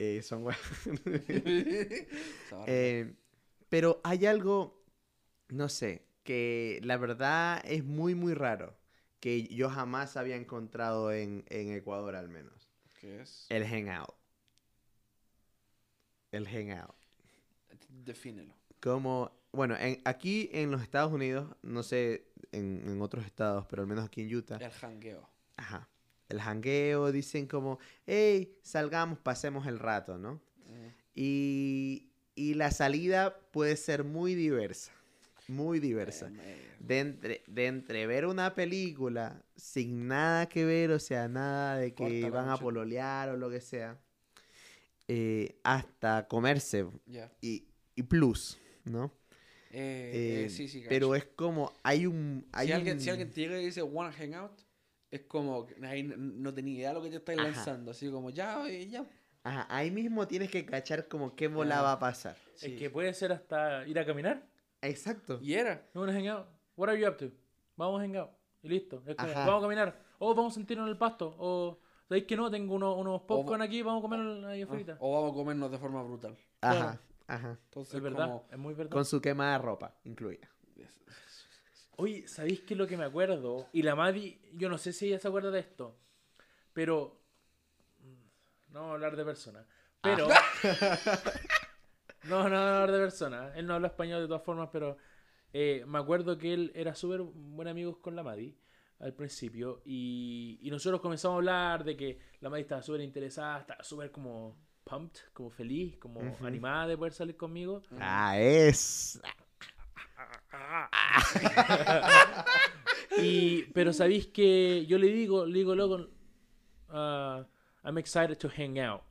[SPEAKER 2] Eh, son hue-
[SPEAKER 3] Sorry.
[SPEAKER 2] Eh, pero hay algo, no sé, que la verdad es muy, muy raro, que yo jamás había encontrado en, en Ecuador al menos.
[SPEAKER 3] ¿Qué es?
[SPEAKER 2] El hangout. El hangout.
[SPEAKER 3] Defínelo.
[SPEAKER 2] Como, bueno, en- aquí en los Estados Unidos, no sé en, en otros estados, pero al menos aquí en Utah,
[SPEAKER 3] El jangueo.
[SPEAKER 2] ajá. El hangueo, dicen como, hey, salgamos, pasemos el rato, ¿no?
[SPEAKER 3] Mm.
[SPEAKER 2] Y, y la salida puede ser muy diversa. Muy diversa.
[SPEAKER 3] Eh,
[SPEAKER 2] De entre, de entre ver una película sin nada que ver, o sea, nada de que
[SPEAKER 3] Corta la
[SPEAKER 2] van a
[SPEAKER 3] noche.
[SPEAKER 2] pololear o lo que sea, eh, hasta comerse
[SPEAKER 3] Ya.
[SPEAKER 2] y, y plus, ¿no?
[SPEAKER 3] Eh, eh,
[SPEAKER 2] Eh,
[SPEAKER 3] sí, sí,
[SPEAKER 2] pero
[SPEAKER 3] cacho.
[SPEAKER 2] es como, hay un... Hay
[SPEAKER 3] si, alguien, si
[SPEAKER 2] un-
[SPEAKER 3] alguien te llega y dice wanna hang out, es como que ahí no, no tenía idea de lo que te estáis
[SPEAKER 2] Ajá.
[SPEAKER 3] lanzando. Así como ya, oye, ya.
[SPEAKER 2] Ajá, ahí mismo tienes que cachar como qué bola va a pasar.
[SPEAKER 3] Sí.
[SPEAKER 1] Es que puede ser hasta ir a caminar.
[SPEAKER 2] Exacto.
[SPEAKER 3] Y era.
[SPEAKER 1] No, no hang out. What are you up to? Vamos a hang out. Y listo. Es como,
[SPEAKER 2] Ajá.
[SPEAKER 1] vamos a caminar. O vamos a sentirnos en el pasto. O, ¿sabéis que no? Tengo unos, unos popcorn
[SPEAKER 3] va- Ah,
[SPEAKER 1] aquí. Vamos a comer ahí afuera.
[SPEAKER 3] O vamos a comernos de forma brutal.
[SPEAKER 2] Ajá, ajá.
[SPEAKER 3] Entonces,
[SPEAKER 1] es verdad.
[SPEAKER 3] como.
[SPEAKER 1] Es muy verdad.
[SPEAKER 2] Con su quemada ropa incluida.
[SPEAKER 1] Oye, ¿sabéis qué es lo que me acuerdo? Y la Madi, yo no sé si ella se acuerda de esto. Pero. mm, No voy a hablar de personas. Pero. No, no, no voy a hablar de personas. Él no habla español de todas formas, pero. eh, me acuerdo que él era súper buen amigo con la Madi al principio. Y, y nosotros comenzamos a hablar de que la Madi estaba súper interesada, estaba súper como pumped, como feliz, como
[SPEAKER 2] Ujú.
[SPEAKER 1] animada de poder salir conmigo.
[SPEAKER 2] Ah, es.
[SPEAKER 1] Y, pero sabéis que yo le digo, le digo, loco, ah, I'm excited to hang out.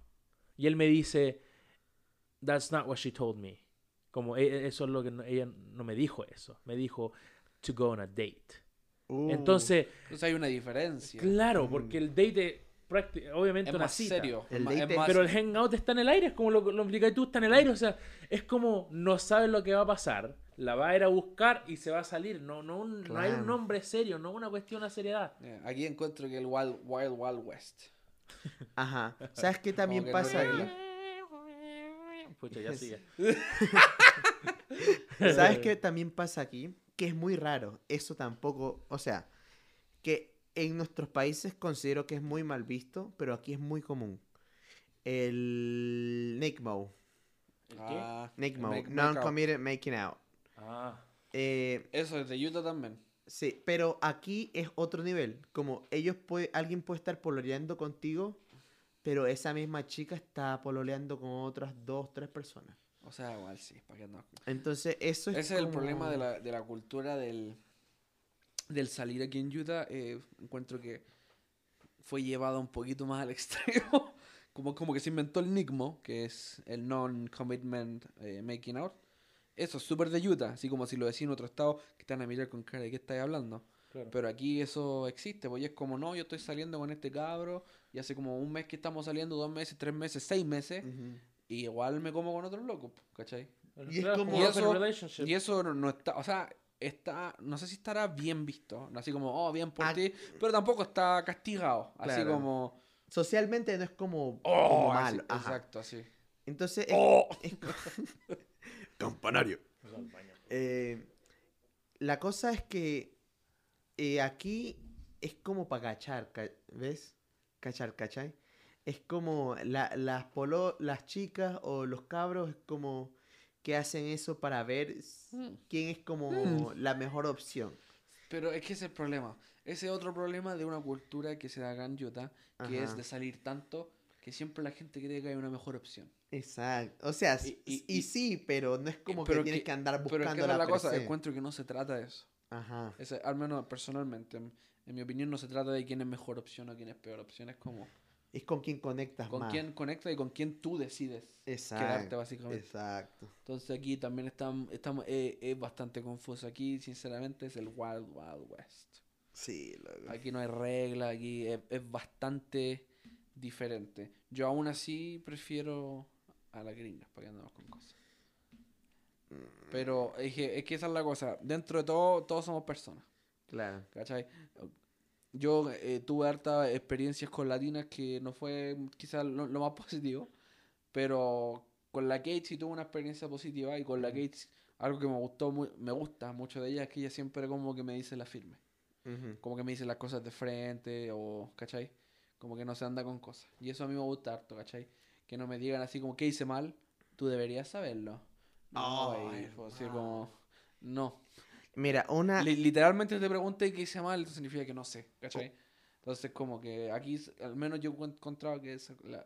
[SPEAKER 1] Y él me dice, that's not what she told me. Como e- e- eso es lo que no- ella no me dijo eso. Me dijo, to go on a date.
[SPEAKER 2] Uh.
[SPEAKER 1] Entonces,
[SPEAKER 3] Entonces hay una diferencia.
[SPEAKER 1] claro, porque el date es prácti- obviamente
[SPEAKER 3] Mm. Es
[SPEAKER 1] una
[SPEAKER 3] más
[SPEAKER 1] cita.
[SPEAKER 3] serio.
[SPEAKER 2] El
[SPEAKER 3] es más- es
[SPEAKER 2] date-
[SPEAKER 3] más-
[SPEAKER 1] Pero el hangout está en el aire, es como lo, lo explicas tú, está en el aire. O sea, es como no sabes lo que va a pasar, la va a ir a buscar y se va a salir. No, no, un- no hay
[SPEAKER 2] Claro.
[SPEAKER 1] un nombre serio, no una cuestión de seriedad.
[SPEAKER 3] Eh, Aquí encuentro que el Wild Wild, wild West.
[SPEAKER 2] Ajá. ¿Sabes qué también
[SPEAKER 3] que no
[SPEAKER 2] pasa
[SPEAKER 3] llega.
[SPEAKER 2] aquí?
[SPEAKER 1] Pucha, ya sigue.
[SPEAKER 2] ¿Sabes qué también pasa aquí? Que es muy raro. Eso tampoco, o sea, que en nuestros países considero que es muy mal visto, pero aquí es muy común. El NICMO,
[SPEAKER 1] ¿El qué?
[SPEAKER 3] Ah, el
[SPEAKER 2] NICMO,
[SPEAKER 3] make- make out.
[SPEAKER 2] Non-Committed Making Out.
[SPEAKER 1] Ah,
[SPEAKER 2] Eh,
[SPEAKER 3] Eso es de Utah también.
[SPEAKER 2] sí, pero aquí es otro nivel. Como ellos puede, alguien puede estar pololeando contigo, pero esa misma chica está pololeando con otras dos, tres personas.
[SPEAKER 3] O sea, igual sí, para que no.
[SPEAKER 2] Entonces, eso es
[SPEAKER 3] Ese es el
[SPEAKER 2] como-
[SPEAKER 3] problema de la, de la cultura del, del salir aquí en Utah. eh, encuentro que fue llevada un poquito más al extremo. Como, como que se inventó el NICMO, que es el Non-Commitment eh, Making Out. Eso es súper de Utah, así como si lo decís en otro estado, que te van a mirar con cara de qué estáis hablando.
[SPEAKER 1] claro.
[SPEAKER 3] Pero aquí eso existe, porque es como, no, yo estoy saliendo con este cabro, y hace como un mes que estamos saliendo, dos meses, tres meses, seis meses,
[SPEAKER 2] Ujú.
[SPEAKER 3] y igual me como con otros locos, pues, ¿cachai?
[SPEAKER 1] El
[SPEAKER 2] y es
[SPEAKER 1] claro,
[SPEAKER 2] como-
[SPEAKER 1] open
[SPEAKER 3] y eso-
[SPEAKER 1] relationship.
[SPEAKER 3] Y eso no, no está, o sea, está, no sé si estará bien visto, no así como, oh, bien por
[SPEAKER 2] Ah.
[SPEAKER 3] ti, pero tampoco está castigado, así
[SPEAKER 2] Claro.
[SPEAKER 3] como,
[SPEAKER 2] Socialmente no es como,
[SPEAKER 3] oh,
[SPEAKER 2] como
[SPEAKER 3] así,
[SPEAKER 2] malo. ajá.
[SPEAKER 3] exacto, así.
[SPEAKER 2] Entonces. es-
[SPEAKER 3] Oh.
[SPEAKER 2] es co- Campanario. Eh, la cosa es que eh, aquí es como para cachar, ca- ¿ves? Cachar, ¿cachai? Es como la- las, polo, las chicas o los cabros es como que hacen eso para ver s-
[SPEAKER 3] Mm.
[SPEAKER 2] quién es como
[SPEAKER 3] Mm.
[SPEAKER 2] la mejor opción.
[SPEAKER 3] Pero es que ese es el problema. Ese es otro problema de una cultura que se da acá en Utah, que es
[SPEAKER 2] Ajá.
[SPEAKER 3] de salir tanto que siempre la gente cree que hay una mejor opción.
[SPEAKER 2] Exacto. O sea, y,
[SPEAKER 3] Y- y- y-
[SPEAKER 2] y sí, pero no es como que
[SPEAKER 3] pero
[SPEAKER 2] tienes
[SPEAKER 3] que-
[SPEAKER 2] que andar
[SPEAKER 3] Pero es que
[SPEAKER 2] buscando
[SPEAKER 3] esa es la
[SPEAKER 2] per
[SPEAKER 3] cosa,
[SPEAKER 2] se.
[SPEAKER 3] encuentro que no se trata de eso.
[SPEAKER 2] Ajá.
[SPEAKER 3] Ese, al menos personalmente, en, en mi opinión, no se trata de quién es mejor opción o quién es peor opción. Es como
[SPEAKER 2] Es con quién conectas
[SPEAKER 3] con
[SPEAKER 2] más.
[SPEAKER 3] quién conecta y con quién tú decides quedarte,
[SPEAKER 2] Exacto.
[SPEAKER 3] básicamente.
[SPEAKER 2] Exacto.
[SPEAKER 3] Entonces aquí también estamos, estamos eh, es bastante confuso. Aquí, sinceramente, es el Wild Wild West.
[SPEAKER 2] Sí, loco.
[SPEAKER 3] Aquí no hay regla, aquí es, es bastante diferente. Yo aún así prefiero a las gringas para que andemos con cosas.
[SPEAKER 2] Mm,
[SPEAKER 3] Pero es que, es que esa es la cosa. Dentro de todo, todos somos personas.
[SPEAKER 2] Claro.
[SPEAKER 3] ¿Cachai? Yo eh, tuve hartas experiencias con latinas que no fue quizás lo, lo más positivo, pero con la Kate sí tuve una experiencia positiva y con la Kate algo que me gustó mu- me gusta mucho de ella es que ella siempre como que me dice la firme,
[SPEAKER 2] Ujú.
[SPEAKER 3] como que me dice las cosas de frente o, ¿cachai? Como que no se anda con cosas. Y eso a mí me gusta harto, ¿cachai? Que no me digan así como que hice mal, tú deberías saberlo. No,
[SPEAKER 2] Ay,
[SPEAKER 3] güey, fue así
[SPEAKER 2] wow.
[SPEAKER 3] como no.
[SPEAKER 2] Mira, una.
[SPEAKER 3] Li- literalmente te pregunté qué hice mal, eso significa que no sé, ¿cachai? Entonces, como que aquí, s- al menos yo he encontrado que es la,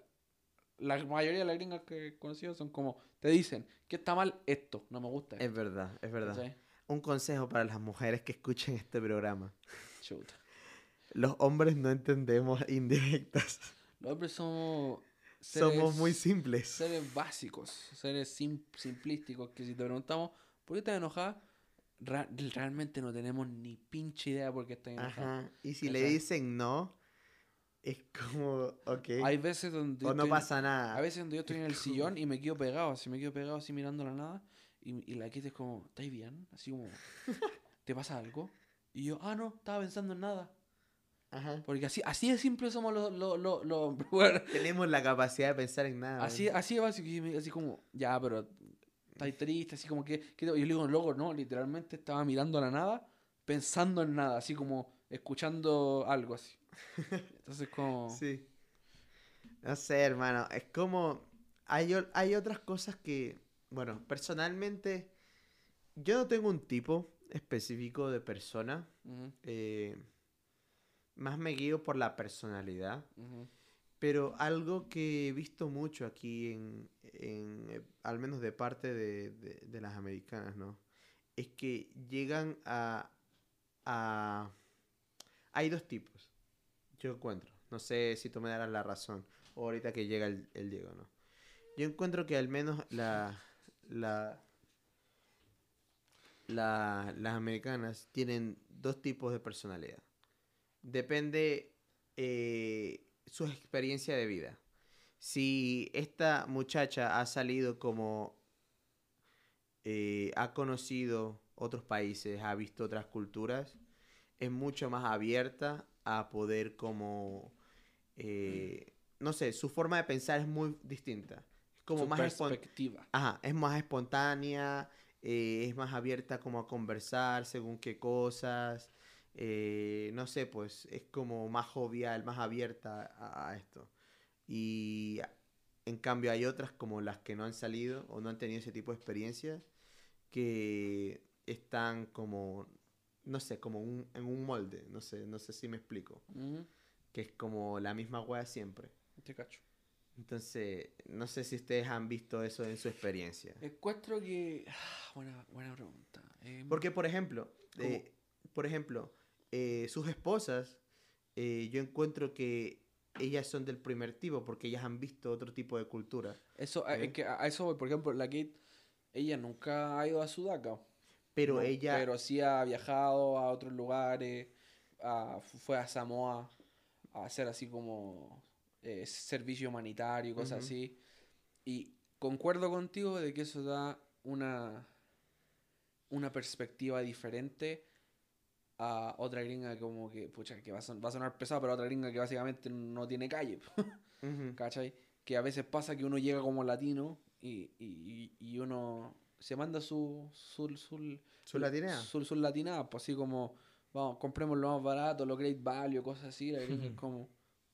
[SPEAKER 3] la mayoría de las gringas que he conocido son como, te dicen, que está mal esto, no me gusta.
[SPEAKER 2] Es verdad, es verdad.
[SPEAKER 3] ¿cachai?
[SPEAKER 2] Un consejo para las mujeres que escuchen este programa.
[SPEAKER 3] Chuta.
[SPEAKER 2] Los hombres no entendemos indirectas.
[SPEAKER 3] Los hombres somos...
[SPEAKER 2] Somos
[SPEAKER 3] seres-
[SPEAKER 2] muy simples.
[SPEAKER 3] Seres básicos, seres sim- simplísticos, que si te preguntamos, ¿por qué estás enojada? Ra- realmente no tenemos ni pinche idea por qué estás enojada.
[SPEAKER 2] Ajá. Y si le
[SPEAKER 3] ¿Cachai?
[SPEAKER 2] dicen no, es como, ok.
[SPEAKER 3] Hay veces donde...
[SPEAKER 2] o no
[SPEAKER 3] estoy-
[SPEAKER 2] pasa nada.
[SPEAKER 3] A veces donde yo estoy en el sillón y me quedo pegado, así me quedo pegado así mirando la nada y, y la Kate es como, ¿estáis bien? Así como, ¿te pasa algo? Y yo, ah, no, estaba pensando en nada.
[SPEAKER 2] Ajá.
[SPEAKER 3] Porque así, así de simple somos los, los, los, los hombres, weón.
[SPEAKER 2] Tenemos la capacidad de pensar en nada.
[SPEAKER 3] Así, así de básico, y me- así como, ya, pero estáis triste, así como que, que- yo le digo, loco, no, literalmente estaba mirando a la nada, pensando en nada, así como escuchando algo así. Entonces como...
[SPEAKER 2] Sí. No sé, hermano. Es como. Hay, o- hay otras cosas que. Bueno, personalmente. Yo no tengo un tipo específico de persona.
[SPEAKER 3] Ujú,
[SPEAKER 2] eh, más me guío por la personalidad.
[SPEAKER 3] ujú.
[SPEAKER 2] Pero algo que he visto mucho aquí en. en, eh, al menos de parte de, de- de las americanas, ¿no? Es que llegan a. a. Hay dos tipos. Yo encuentro. No sé si tú me darás la razón. O ahorita que llega el, el Diego, ¿no? Yo encuentro que al menos la. la. la- las americanas tienen dos tipos de personalidad. Depende eh, su experiencia de vida. Si esta muchacha ha salido como eh, ha conocido otros países, ha visto otras culturas, es mucho más abierta a poder como, eh, no sé, su forma de pensar es muy distinta. Es como
[SPEAKER 3] Su
[SPEAKER 2] más espon-
[SPEAKER 3] perspectiva.
[SPEAKER 2] Ajá, es más espontánea, eh, es más abierta como a conversar según qué cosas. eh, no sé, pues es como más jovial, más abierta a, a esto. Y en cambio hay otras como las que no han salido o no han tenido ese tipo de experiencias que están como, no sé, como un- en un molde. No sé, no sé si me explico.
[SPEAKER 3] Ujú,
[SPEAKER 2] Que es como la misma hueá siempre.
[SPEAKER 3] te cacho.
[SPEAKER 2] Entonces, no sé si ustedes han visto eso en su experiencia.
[SPEAKER 3] Encuentro que. ah, Buena, buena pregunta. Em,
[SPEAKER 2] Porque, por ejemplo,
[SPEAKER 3] ¿Cómo?
[SPEAKER 2] eh, por ejemplo, eh, sus esposas, eh, yo encuentro que ellas son del primer tipo porque ellas han visto otro tipo de cultura.
[SPEAKER 3] Eso, a- es
[SPEAKER 2] ¿Eh?
[SPEAKER 3] que a a eso voy. Por ejemplo, la Kate, ella nunca ha ido a Sudaca.
[SPEAKER 2] Pero
[SPEAKER 3] ¿no?
[SPEAKER 2] ella,
[SPEAKER 3] Pero sí ha viajado a otros lugares. a- fu- fue a Samoa a hacer así como eh, servicio humanitario y cosas
[SPEAKER 2] Ujú.
[SPEAKER 3] así. Y concuerdo contigo de que eso da una una perspectiva diferente a otra gringa como que, pucha, que va a, son- va a sonar pesado, pero otra gringa que básicamente no tiene calle,
[SPEAKER 2] Ujú.
[SPEAKER 3] ¿cachai? Que a veces pasa que uno llega como latino y, y- y- y uno se manda su... su, su
[SPEAKER 2] ¿Su latinea?
[SPEAKER 3] Sur, sur latina, pues así como, vamos, compremos lo más barato, lo great value, cosas así. La gringa es como,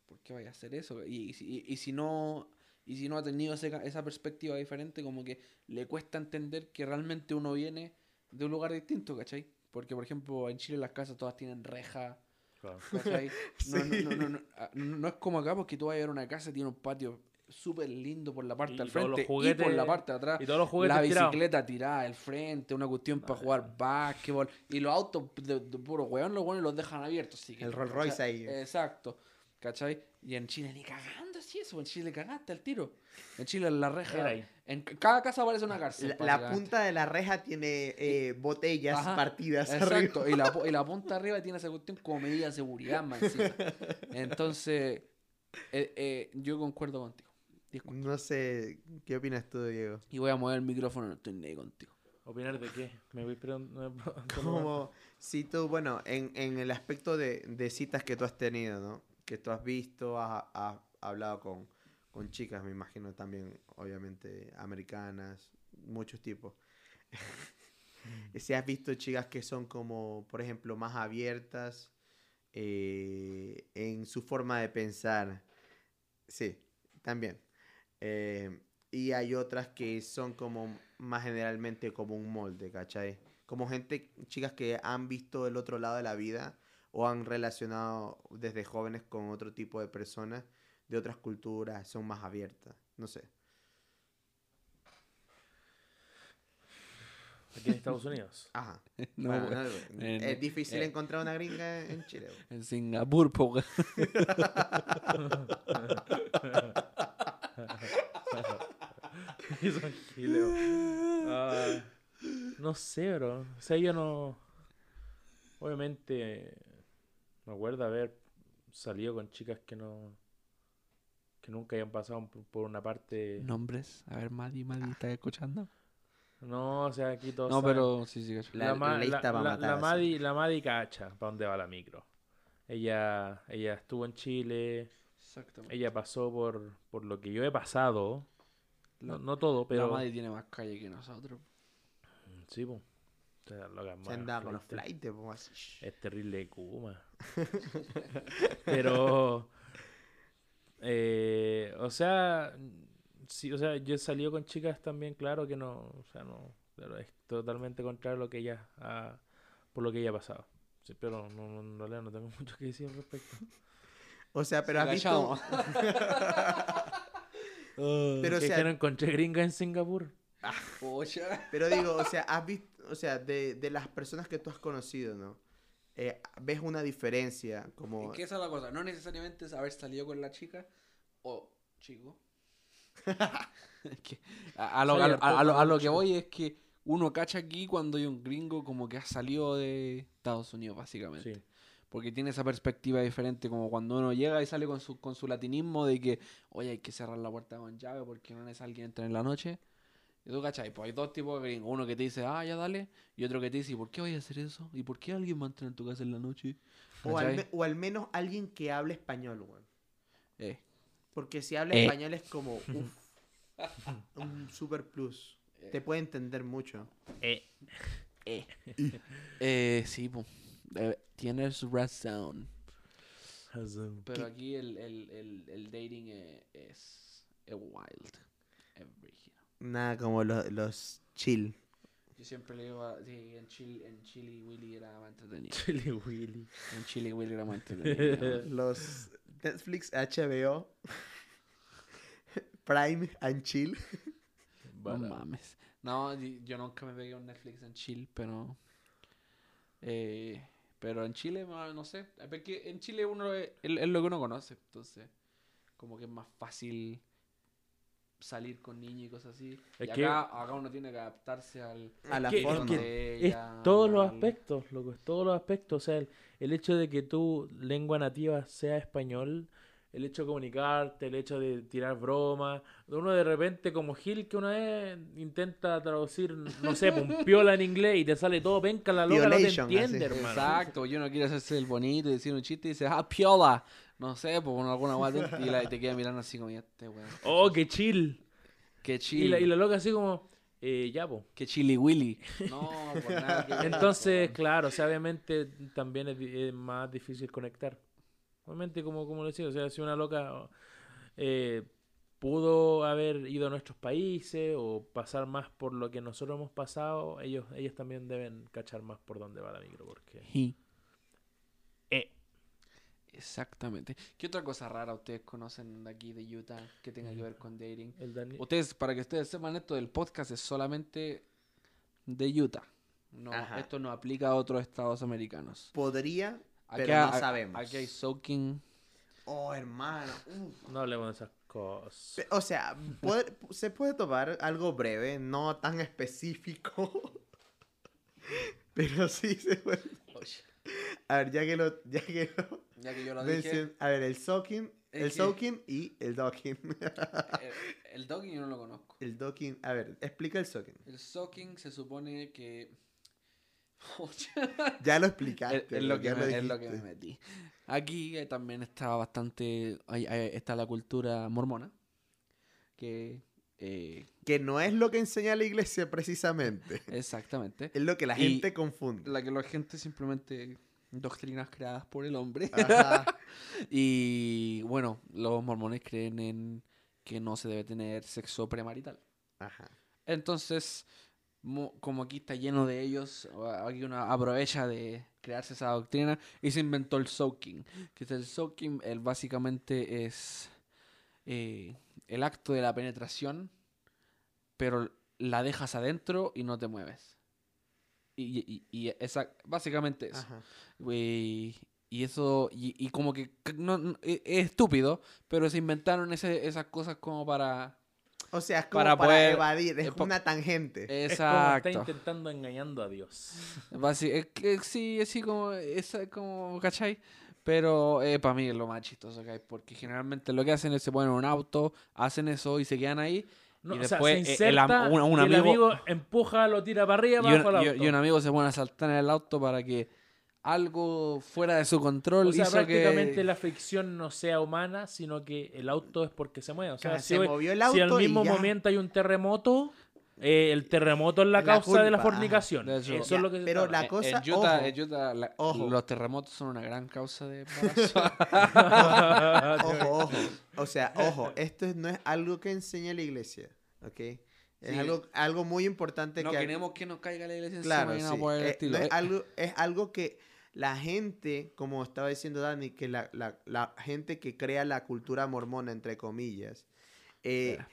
[SPEAKER 3] ¿por qué vaya a hacer eso? Y, y si- y- y si no y si no ha tenido ese ca- esa perspectiva diferente, como que le cuesta entender que realmente uno viene de un lugar distinto, ¿cachai? Porque, por ejemplo, en Chile las casas todas tienen rejas,
[SPEAKER 1] Claro.
[SPEAKER 3] ¿cachai? No, no,
[SPEAKER 2] Sí.
[SPEAKER 3] no, no, no, ah, no- no es como acá, porque tú vas a ver una casa y tiene un patio súper lindo por la parte
[SPEAKER 1] Y
[SPEAKER 3] del
[SPEAKER 1] todos los
[SPEAKER 3] frente y por
[SPEAKER 1] juguetes-
[SPEAKER 3] la parte de atrás
[SPEAKER 1] Y todos los juguetes
[SPEAKER 3] la
[SPEAKER 1] tirados.
[SPEAKER 3] bicicleta tirada al frente, una cuestión para jugar básquetbol. Y los autos de, de puro weón, los weones los dejan abiertos. así que-
[SPEAKER 2] El Rolls Royce ahí.
[SPEAKER 3] Exacto. ¿Cachai? Y en Chile ni cagando así eso. En Chile cagaste al tiro. En Chile la
[SPEAKER 1] Era
[SPEAKER 3] reja.
[SPEAKER 1] ahí.
[SPEAKER 3] En c- cada casa aparece una cárcel.
[SPEAKER 2] La, la
[SPEAKER 3] básicamente.
[SPEAKER 2] punta de la reja tiene eh, botellas
[SPEAKER 3] Ajá,
[SPEAKER 2] partidas arriba.
[SPEAKER 3] Exacto. Y la, pu- y la punta arriba tiene esa cuestión como medida de seguridad más encima. Entonces, eh, eh, yo concuerdo contigo. Disculpa.
[SPEAKER 2] No sé, ¿qué opinas tú, Diego?
[SPEAKER 3] Y voy a mover el micrófono, no estoy ni contigo.
[SPEAKER 1] ¿Opinar de qué? Me voy preguntando.
[SPEAKER 2] Como si tú, bueno, en, en el aspecto de, de citas que tú has tenido, ¿no? Que tú has visto, has, has hablado con, con chicas, me imagino también, obviamente, americanas, muchos tipos. si has visto chicas que son como, por ejemplo, más abiertas eh, en su forma de pensar. Sí, también. Eh, y hay otras que son como más generalmente como un molde, ¿cachai? Como gente, chicas que han visto el otro lado de la vida o han relacionado desde jóvenes con otro tipo de personas de otras culturas, son más abiertas, no sé.
[SPEAKER 1] Aquí en Estados Unidos.
[SPEAKER 2] Ajá.
[SPEAKER 3] No,
[SPEAKER 2] Bueno,
[SPEAKER 3] pues,
[SPEAKER 2] no,
[SPEAKER 3] en-
[SPEAKER 2] es difícil
[SPEAKER 3] eh.
[SPEAKER 2] encontrar una gringa en Chile. güey.
[SPEAKER 3] En Singapur, po, weón.
[SPEAKER 1] Y son gileos. Ah, no sé, bro. O sea, yo no. Obviamente, me acuerdo haber salido con chicas que no. que nunca hayan pasado por- por una parte. No,
[SPEAKER 3] Nombres. A ver, Madi, Madi, ¿estás escuchando?
[SPEAKER 1] o sea, aquí todos.
[SPEAKER 3] No,
[SPEAKER 1] saben.
[SPEAKER 3] pero sí, sí, cacho.
[SPEAKER 2] La-
[SPEAKER 1] ma-
[SPEAKER 2] lista va a
[SPEAKER 1] la-
[SPEAKER 2] matar
[SPEAKER 1] la
[SPEAKER 2] así.
[SPEAKER 1] Madi, la Madi cacha para dónde va la micro. Ella, ella estuvo en Chile,
[SPEAKER 3] Exactamente.
[SPEAKER 1] ella pasó por, por lo que yo he pasado. No, no todo,
[SPEAKER 3] Pero
[SPEAKER 1] pero.
[SPEAKER 3] Madi tiene más calle que nosotros.
[SPEAKER 1] Sí, po. O sea, loca,
[SPEAKER 2] Se
[SPEAKER 1] más
[SPEAKER 2] andaba con los
[SPEAKER 1] flight.
[SPEAKER 2] flights, pues, así.
[SPEAKER 3] Eh,
[SPEAKER 2] shh.
[SPEAKER 1] Es terrible Kuma. Pero. eh, o sea. Sí, o sea, yo he salido con chicas también, claro que no. O sea, no. Claro, es totalmente contrario a lo que ella ha- por lo que ella ha pasado. Sí, pero no, no, en realidad no tengo mucho que decir al respecto.
[SPEAKER 2] O sea, pero has visto... Pero, o
[SPEAKER 1] Que es
[SPEAKER 2] sea,
[SPEAKER 1] que no encontré gringa en Singapur.
[SPEAKER 3] Pocha.
[SPEAKER 2] Pero digo, o sea, has visto, o sea, de, de las personas que tú has conocido, ¿no? Eh, ¿Ves una diferencia? Como...
[SPEAKER 3] Es que esa es la cosa. No necesariamente es haber salido con la chica o chico. Es que a, a lo, a lo- a- a lo- a lo que voy es que uno cacha aquí cuando hay un gringo como que ha salido de Estados Unidos, básicamente.
[SPEAKER 1] Sí.
[SPEAKER 3] Porque tiene esa perspectiva diferente, como cuando uno llega y sale con su, con su latinismo de que, oye, hay que cerrar la puerta con llave porque no es alguien entra en la noche. Y tú, ¿cachai? Pues hay dos tipos de gringos. Uno que te dice, ah, ya dale. Y otro que te dice, ¿y por qué voy a hacer eso? ¿Y por qué alguien va a entrar en tu casa en la noche?
[SPEAKER 2] O al,
[SPEAKER 3] ¿Cachai?
[SPEAKER 2] me- o al menos alguien que hable español, weón.
[SPEAKER 3] Eh,
[SPEAKER 2] Porque si habla
[SPEAKER 3] Eh.
[SPEAKER 2] español es como uf, un super plus. Te puede entender mucho.
[SPEAKER 1] Eh,
[SPEAKER 3] eh, sí, pues. tiene su razón.
[SPEAKER 1] azul.
[SPEAKER 3] Pero aquí el, el, el, el dating eh, es, es wild. Es brígido.
[SPEAKER 2] Nada como los, los chill.
[SPEAKER 3] Yo siempre le digo, a- sí, en Chile, en Chile Willy era más entretenido.
[SPEAKER 1] Chili Willy.
[SPEAKER 3] En Chile Willy era más entretenido.
[SPEAKER 2] Los Netflix, HBO, Prime and Chill.
[SPEAKER 3] No
[SPEAKER 1] Bala.
[SPEAKER 3] mames. No, di- yo nunca me pegué un Netflix en Chile, pero. eh, pero en Chile, ma- no sé. es Porque en Chile uno eh, es, es- es lo que uno conoce. Entonces, como que es más fácil salir con niños y cosas así.
[SPEAKER 1] Es
[SPEAKER 3] y
[SPEAKER 1] que-
[SPEAKER 3] acá, acá uno tiene que adaptarse al.
[SPEAKER 2] A la
[SPEAKER 1] que- es
[SPEAKER 2] forma.
[SPEAKER 1] que-
[SPEAKER 3] de
[SPEAKER 1] Es
[SPEAKER 3] ella,
[SPEAKER 1] todos los
[SPEAKER 3] al-
[SPEAKER 1] aspectos, loco, es todos los aspectos. O sea, el, el hecho de que tu lengua nativa sea español el hecho de comunicarte, el hecho de tirar bromas. Uno de repente, como Gil, que una vez intenta traducir, no sé, pues, un piola en inglés y te sale todo penca, la loca no te
[SPEAKER 2] Violation,
[SPEAKER 1] entiende, pues,
[SPEAKER 2] así.
[SPEAKER 1] hermano.
[SPEAKER 3] Exacto, yo no quiero hacerse el bonito y decir un chiste y dices, ah, piola. No sé, pues bueno, alguna guata y, la- y te queda mirando así como, "Ya este weón.
[SPEAKER 1] Oh, qué chill.
[SPEAKER 3] Qué
[SPEAKER 1] Y la, y
[SPEAKER 3] chili,
[SPEAKER 1] la loca así como, eh, ya, po.
[SPEAKER 3] qué chili willy. No, pues nada. que ver,
[SPEAKER 1] Entonces,
[SPEAKER 3] weón.
[SPEAKER 1] claro, o sea, obviamente también es, di- es más difícil conectar. Obviamente, como, como decía, o sea, si una loca eh, pudo haber ido a nuestros países o pasar más por lo que nosotros hemos pasado, ellos, ellos también deben cachar más por dónde va la micro, porque...
[SPEAKER 3] Ji.
[SPEAKER 1] Eh.
[SPEAKER 3] Exactamente. ¿Qué otra cosa rara ustedes conocen de aquí, de Utah, que tenga que ver con dating?
[SPEAKER 1] El Dani-
[SPEAKER 3] Ustedes, para que ustedes sepan esto del podcast, es solamente de Utah. No,
[SPEAKER 2] Ajá.
[SPEAKER 3] esto no aplica a otros estados americanos.
[SPEAKER 2] Podría,
[SPEAKER 3] Aquí
[SPEAKER 2] pero no
[SPEAKER 3] ha-
[SPEAKER 2] sabemos.
[SPEAKER 3] Aquí hay soaking.
[SPEAKER 2] Oh, hermano. uf.
[SPEAKER 1] No hablemos de esas cosas.
[SPEAKER 2] Pe- O sea, puede- se puede tomar algo breve, no tan específico. Pero sí se puede. A ver, ya que lo. Ya que lo
[SPEAKER 3] Ya que yo lo dije,
[SPEAKER 2] mencion- A ver, el soaking.
[SPEAKER 3] Es
[SPEAKER 2] El
[SPEAKER 3] que-
[SPEAKER 2] soaking y el docking.
[SPEAKER 3] el, eh, el dogging yo no lo conozco.
[SPEAKER 2] El docking. A ver, explica el soaking.
[SPEAKER 3] El soaking se supone que...
[SPEAKER 2] Ya lo
[SPEAKER 3] es,
[SPEAKER 2] explicaste.
[SPEAKER 3] es lo
[SPEAKER 2] bro,
[SPEAKER 3] que
[SPEAKER 2] ya
[SPEAKER 3] me, es lo que me
[SPEAKER 2] dijiste.
[SPEAKER 3] metí. Aquí eh, también está bastante... hay- hay- está la cultura mormona, que... eh,
[SPEAKER 2] Que no es lo que enseña la iglesia precisamente.
[SPEAKER 3] exactamente.
[SPEAKER 2] Es lo que la
[SPEAKER 3] Y-
[SPEAKER 2] gente confunde.
[SPEAKER 3] La que la gente simplemente... Doctrinas creadas por el hombre.
[SPEAKER 2] Ah. Ajá.
[SPEAKER 3] y bueno, los mormones creen en que no se debe tener sexo premarital.
[SPEAKER 2] Ajá.
[SPEAKER 3] Entonces, mo- como aquí está lleno de ellos, a- aquí uno aprovecha de crearse esa doctrina y se inventó el soaking. Que es el soaking, él básicamente es eh, el acto de la penetración, pero la dejas adentro y no te mueves. Y, y- y- y esa, básicamente eso.
[SPEAKER 2] Ajá.
[SPEAKER 3] Y, y eso, y, y como que c- no- no- e- es estúpido, pero se inventaron ese- esas cosas como para...
[SPEAKER 2] O sea, es como
[SPEAKER 3] Para
[SPEAKER 2] para,
[SPEAKER 3] poder-
[SPEAKER 2] evadir.
[SPEAKER 3] eh,
[SPEAKER 2] Es
[SPEAKER 3] po- Eh,
[SPEAKER 2] una tangente.
[SPEAKER 1] Es como
[SPEAKER 3] Exacto.
[SPEAKER 1] está intentando engañando a Dios.
[SPEAKER 3] Basi- es que sí, es así como, es eh, como, ¿cachai? Pero para mí es lo más chistoso que hay, porque generalmente lo que hacen es se ponen en un auto, hacen eso y se quedan ahí,
[SPEAKER 1] No,
[SPEAKER 3] Y
[SPEAKER 1] o sea, se
[SPEAKER 3] después, eh, el am-
[SPEAKER 1] inserta
[SPEAKER 3] un- un
[SPEAKER 1] y el amigo
[SPEAKER 3] amigo-
[SPEAKER 1] empuja, lo tira para
[SPEAKER 3] y
[SPEAKER 1] arriba,
[SPEAKER 3] un,
[SPEAKER 1] abajo al
[SPEAKER 3] y-
[SPEAKER 1] auto.
[SPEAKER 3] y un amigo se pone a saltar en el auto para que algo fuera de su control
[SPEAKER 1] O sea,
[SPEAKER 3] hizo que-
[SPEAKER 1] prácticamente la fricción no sea humana, sino que el auto es porque se mueve. O sea,
[SPEAKER 2] Claro,
[SPEAKER 1] si,
[SPEAKER 2] se
[SPEAKER 1] hoy-
[SPEAKER 2] movió el
[SPEAKER 1] si al
[SPEAKER 2] auto y
[SPEAKER 1] mismo
[SPEAKER 2] ya.
[SPEAKER 1] momento hay un terremoto, eh, el terremoto es la,
[SPEAKER 2] La
[SPEAKER 1] causa de la
[SPEAKER 2] culpa, ajá.
[SPEAKER 1] fornicación.
[SPEAKER 3] De
[SPEAKER 1] eso
[SPEAKER 3] hecho,
[SPEAKER 2] Ya,
[SPEAKER 1] es lo que se
[SPEAKER 2] pero
[SPEAKER 3] Eh, En-
[SPEAKER 1] trata.
[SPEAKER 2] la cosa-
[SPEAKER 3] en Utah,
[SPEAKER 2] ojo,
[SPEAKER 3] en Utah, la-
[SPEAKER 2] ojo.
[SPEAKER 3] los terremotos son una gran causa de embarazo.
[SPEAKER 2] Ojo, ojo. O sea, ojo, esto no es algo que enseña la iglesia, ¿ok? Es
[SPEAKER 3] Sí.
[SPEAKER 2] algo, algo muy importante
[SPEAKER 3] no
[SPEAKER 2] que...
[SPEAKER 3] queremos que nos caiga la iglesia encima
[SPEAKER 2] Claro,
[SPEAKER 3] y nada
[SPEAKER 2] sí.
[SPEAKER 3] por el
[SPEAKER 2] Eh, no
[SPEAKER 3] estilo.
[SPEAKER 2] es,
[SPEAKER 3] Eh,
[SPEAKER 2] algo, es algo que la gente, como estaba diciendo Dani, que la, la- la gente que crea la cultura mormona, entre comillas, eh,
[SPEAKER 3] Claro.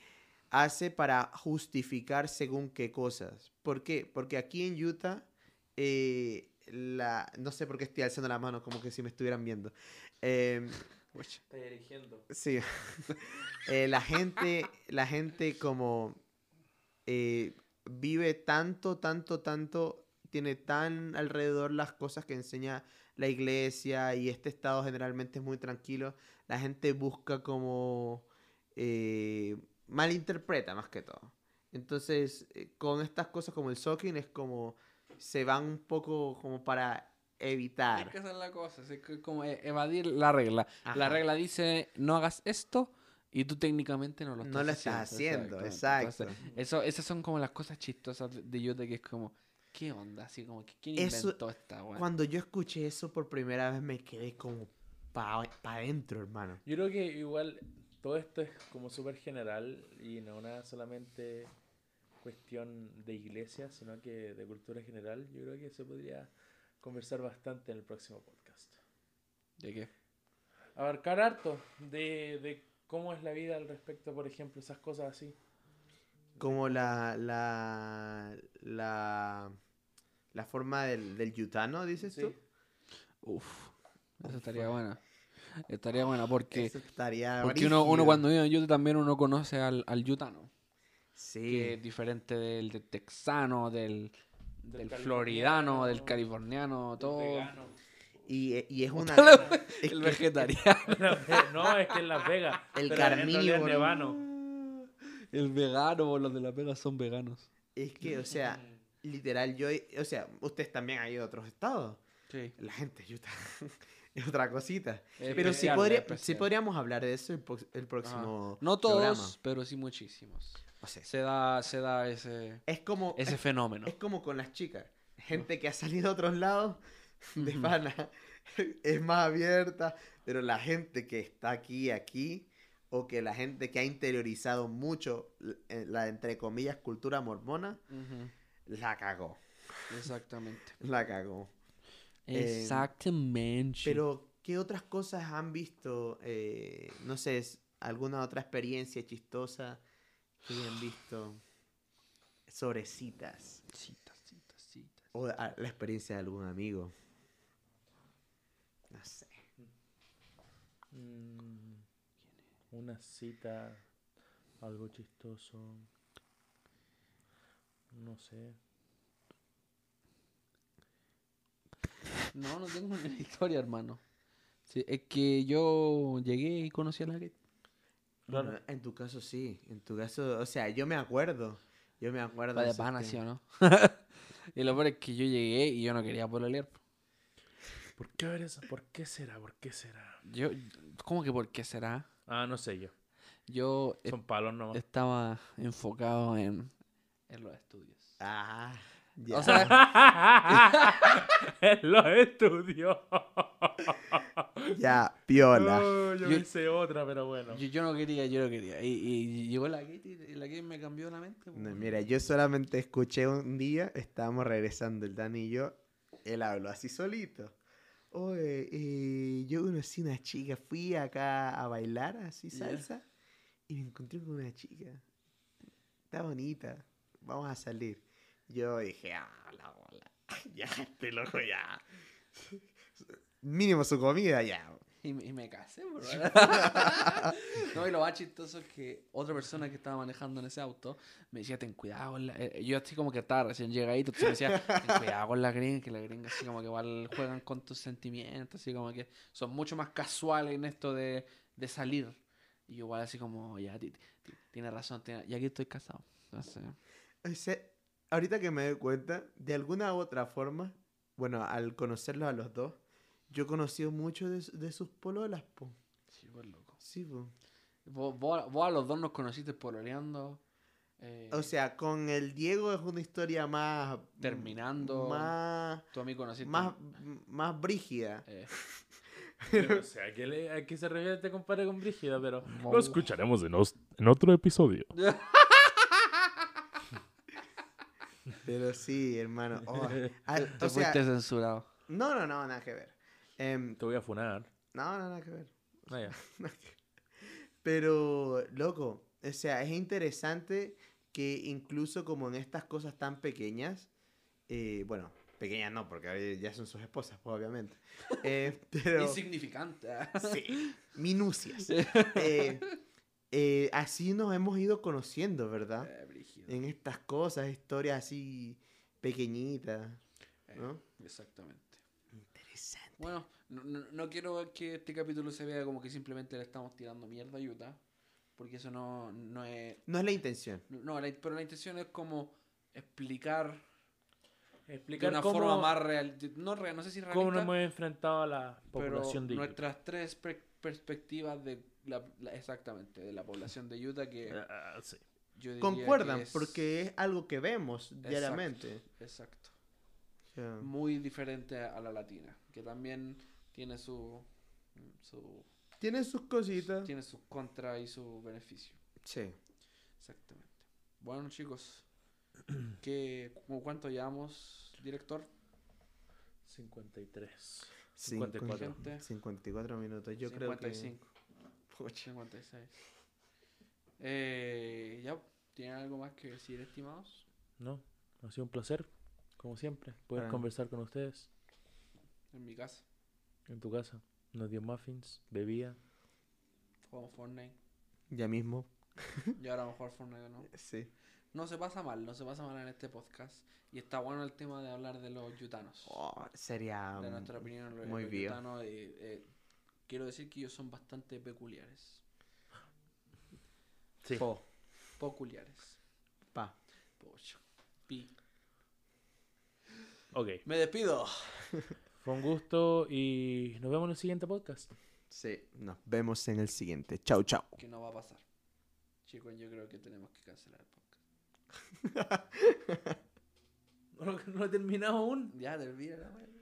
[SPEAKER 2] hace para justificar según qué cosas. ¿Por qué? Porque aquí en Utah, eh, la, no sé por qué estoy alzando la mano, como que si me estuvieran viendo. Em, Sí. Eh, la gente, la gente como eh, vive tanto, tanto, tanto, tiene tan alrededor las cosas que enseña la iglesia y este estado generalmente es muy tranquilo. La gente busca como eh, malinterpreta más que todo. Entonces, eh, con estas cosas como el soaking es como se van un poco como para
[SPEAKER 3] Es
[SPEAKER 2] evitar.
[SPEAKER 3] que esa es la cosa, es que como e- evadir la regla. La
[SPEAKER 2] Ajá.
[SPEAKER 3] regla dice no hagas esto y tú técnicamente no lo estás
[SPEAKER 2] No lo estás haciendo,
[SPEAKER 3] exactamente.
[SPEAKER 2] exacto.
[SPEAKER 3] Entonces, eso, esas son como las cosas chistosas de- de Yoda que es como, ¿qué onda? Así como, que ¿quién
[SPEAKER 2] Eso-
[SPEAKER 3] inventó esta weá?
[SPEAKER 2] Cuando yo escuché eso por primera vez me quedé como pa' adentro, hermano.
[SPEAKER 1] Yo creo que igual todo esto es como súper general y no una solamente cuestión de iglesia, sino que de cultura general. Yo creo que se podría conversar bastante en el próximo podcast.
[SPEAKER 3] ¿De qué?
[SPEAKER 1] Abarcar harto de, de cómo es la vida al respecto, por ejemplo, esas cosas así.
[SPEAKER 2] Como la la la, la forma del, del yutano, dices
[SPEAKER 1] Sí.
[SPEAKER 2] tú.
[SPEAKER 3] Uf, eso estaría bueno. Estaría bueno porque,
[SPEAKER 2] Eso estaría
[SPEAKER 3] porque uno, uno
[SPEAKER 2] brígido.
[SPEAKER 3] cuando vive en Utah también uno conoce al, al yutano, que es
[SPEAKER 2] Sí.
[SPEAKER 3] diferente del, del texano, del,
[SPEAKER 1] Del
[SPEAKER 3] del
[SPEAKER 1] californiano,
[SPEAKER 3] floridano, del californiano, todo.
[SPEAKER 1] Vegano.
[SPEAKER 2] Y, y es una... es
[SPEAKER 3] El
[SPEAKER 2] que-
[SPEAKER 3] vegetariano,
[SPEAKER 1] No, es que en Las Vegas.
[SPEAKER 2] El
[SPEAKER 1] pero en
[SPEAKER 2] Carmini,
[SPEAKER 1] realidad es
[SPEAKER 2] boludo.
[SPEAKER 1] nevano.
[SPEAKER 3] el vegano, boludo, los de la pega son veganos.
[SPEAKER 2] Es que, o sea, literal, yo... he- O sea, ustedes también han ido a otros estados.
[SPEAKER 3] Sí.
[SPEAKER 2] La gente de Utah es otra cosita. Pero sí, podría, sí podríamos hablar de eso el, prox- el próximo
[SPEAKER 3] No todos,
[SPEAKER 2] programa.
[SPEAKER 3] pero sí muchísimos.
[SPEAKER 2] O sea,
[SPEAKER 3] Se da, se da ese,
[SPEAKER 2] es como...
[SPEAKER 3] ese fenómeno.
[SPEAKER 2] Es como con las chicas. Gente que ha salido a otros lados de pana es más abierta, pero la gente que está aquí, aquí, o que la gente que ha interiorizado mucho l- eh, la, entre comillas, cultura mormona,
[SPEAKER 3] Ujú,
[SPEAKER 2] la cagó.
[SPEAKER 3] Exactamente.
[SPEAKER 2] La cagó. Eh,
[SPEAKER 3] Exactamente.
[SPEAKER 2] Pero, ¿qué otras cosas han visto? Eh, no sé, es- alguna otra experiencia chistosa que han visto sobre citas
[SPEAKER 3] Citas, citas, citas.
[SPEAKER 2] o a- la experiencia de algún amigo. No sé.
[SPEAKER 1] Mm, Una cita, algo chistoso. No sé.
[SPEAKER 3] No, no tengo una historia, hermano. Sí, es que yo llegué y conocí a la Kate.
[SPEAKER 1] Claro.
[SPEAKER 2] Bueno, en tu caso sí, en tu caso, o sea, yo me acuerdo, yo me acuerdo.
[SPEAKER 3] Va de
[SPEAKER 2] esos
[SPEAKER 3] pana,
[SPEAKER 2] tiempos.
[SPEAKER 3] ¿sí o no? y lo peor es que yo llegué y yo no quería pololear.
[SPEAKER 1] ¿Por qué ver eso? ¿Por qué será? ¿Por qué será?
[SPEAKER 3] Yo, ¿cómo que por qué será?
[SPEAKER 1] Ah, no sé yo.
[SPEAKER 3] Yo es-
[SPEAKER 1] Son palos nomás.
[SPEAKER 3] estaba enfocado en, en los estudios.
[SPEAKER 2] Ah, ya.
[SPEAKER 3] O sea,
[SPEAKER 1] en los estudios.
[SPEAKER 2] ya, piola.
[SPEAKER 1] Oh, yo
[SPEAKER 3] Yo-
[SPEAKER 1] hice otra, pero bueno.
[SPEAKER 3] yo, yo no quería, yo no quería. Y, y llegó la Kate y y la Kate me cambió la mente. po.
[SPEAKER 2] No, mira, yo solamente escuché un día, estábamos regresando el Dani y yo, él habló así solito. Oye, eh, yo conocí una chica, fui acá a bailar así
[SPEAKER 3] Ya.
[SPEAKER 2] salsa y me encontré con una chica. Está bonita, vamos a salir. Yo dije, ah, la bola, ya, este loco ya. Mínimo su comida ya.
[SPEAKER 3] Y, me- y me casé, bro. no, y lo más chistoso es que otra persona que estaba manejando en ese auto me decía, ten cuidado. con la-". eh, Yo así como que estaba recién llegadito, entonces me decía, ten cuidado con la gringa, que la gringa así como que igual juegan con tus sentimientos, así como que son mucho más casuales en esto de, de salir. Y yo igual así como, ya, ti- ti- tiene razón, tiene- y aquí estoy casado. Entonces,
[SPEAKER 2] O sea, ahorita que me doy cuenta, de alguna u otra forma, bueno, al conocerlos a los dos, yo he conocido mucho de, su- de sus pololas, po.
[SPEAKER 3] sí, pues loco.
[SPEAKER 2] Sí, po.
[SPEAKER 3] Vos, vos- vos a los dos nos conociste pololeando. eh,
[SPEAKER 2] O sea, con el Diego es una historia más... mm,
[SPEAKER 3] Terminando.
[SPEAKER 2] Más...
[SPEAKER 3] tú a mí conociste.
[SPEAKER 2] Más, mm, más brígida.
[SPEAKER 3] eh,
[SPEAKER 1] Yo no sé a qué, le- a qué se refiere este compadre con Brígida, pero.
[SPEAKER 3] Mo-
[SPEAKER 4] Lo escucharemos en, os- en otro episodio.
[SPEAKER 2] Pero sí, hermano. oh, ah,
[SPEAKER 3] Te
[SPEAKER 2] o sea,
[SPEAKER 3] fuiste censurado.
[SPEAKER 2] no, no, no, nada que ver. Em,
[SPEAKER 1] Te voy a funar.
[SPEAKER 2] no, no, nada que ver.
[SPEAKER 1] Ah, ya.
[SPEAKER 2] Pero, loco, o sea, es interesante que incluso como en estas cosas tan pequeñas, eh, bueno, pequeñas no, porque ahora ya son sus esposas, pues, obviamente. Eh, pero,
[SPEAKER 3] Insignificante. ah,
[SPEAKER 2] sí, minucias. Eh, eh, así nos hemos ido conociendo, ¿verdad?
[SPEAKER 3] Eh, brígido.
[SPEAKER 2] Ah, En estas cosas, historias así pequeñitas,
[SPEAKER 3] Eh,
[SPEAKER 2] ¿no?
[SPEAKER 3] Exactamente.
[SPEAKER 2] Interesante.
[SPEAKER 3] Bueno, no, no- no quiero que este capítulo se vea como que simplemente le estamos tirando mierda a Utah. Porque eso no, no es.
[SPEAKER 2] No es la intención.
[SPEAKER 3] No, la- pero la intención es como explicar de
[SPEAKER 1] Explicar
[SPEAKER 3] una
[SPEAKER 1] cómo,
[SPEAKER 3] forma más real. No, real, no sé si
[SPEAKER 1] cómo nos
[SPEAKER 3] realista,
[SPEAKER 1] hemos enfrentado a la
[SPEAKER 3] pero
[SPEAKER 1] población de Utah.
[SPEAKER 3] nuestras tres per- perspectivas de la, la- exactamente de la población de Utah que
[SPEAKER 1] Ah, sí.
[SPEAKER 3] yo diría
[SPEAKER 2] Concuerdan,
[SPEAKER 3] que es-
[SPEAKER 2] porque es algo que vemos
[SPEAKER 3] Exacto.
[SPEAKER 2] diariamente.
[SPEAKER 3] exacto
[SPEAKER 2] O sea,
[SPEAKER 3] muy diferente a la latina, que también tiene su, su
[SPEAKER 2] Tienen sus cositas.
[SPEAKER 3] tiene sus contra y su beneficio.
[SPEAKER 2] Sí.
[SPEAKER 3] Exactamente. Bueno, chicos, ¿qué, cu- ¿cuánto llevamos, director?
[SPEAKER 1] 53.
[SPEAKER 2] 54.
[SPEAKER 3] 54.
[SPEAKER 2] 54 minutos, yo creo
[SPEAKER 3] 55,
[SPEAKER 2] que... Pucha.
[SPEAKER 3] 56. Eh, ya, ¿tienen algo más que decir, estimados?
[SPEAKER 1] No, ha sido un placer, como siempre, poder
[SPEAKER 2] Para-
[SPEAKER 1] conversar con ustedes
[SPEAKER 3] En mi casa,
[SPEAKER 1] en tu casa. Nos dio muffins, bebía.
[SPEAKER 3] jugamos Fortnite.
[SPEAKER 2] Ya mismo.
[SPEAKER 3] Y ahora vamos a jugar Fortnite, ¿no?
[SPEAKER 2] Sí.
[SPEAKER 3] No se pasa mal, no se pasa mal en este podcast. Y está bueno el tema de hablar de los yutanos.
[SPEAKER 2] Oh, sería
[SPEAKER 3] de
[SPEAKER 2] mm,
[SPEAKER 3] nuestra opinión, los,
[SPEAKER 2] muy
[SPEAKER 3] los
[SPEAKER 2] bien.
[SPEAKER 3] yutanos. eh, eh, quiero decir que ellos son bastante peculiares.
[SPEAKER 1] Sí.
[SPEAKER 2] po,
[SPEAKER 3] Peculiares.
[SPEAKER 2] pa.
[SPEAKER 3] Pocho. Pi.
[SPEAKER 1] Ok.
[SPEAKER 3] Me despido.
[SPEAKER 1] Fue un gusto y nos vemos en el siguiente podcast.
[SPEAKER 2] Sí, nos vemos en el siguiente. Chau, chau.
[SPEAKER 3] Que no va a pasar. Chicos, yo creo que tenemos que cancelar el podcast.
[SPEAKER 1] No, lo- no lo he terminado aún.
[SPEAKER 3] Ya, te olvidas la wea.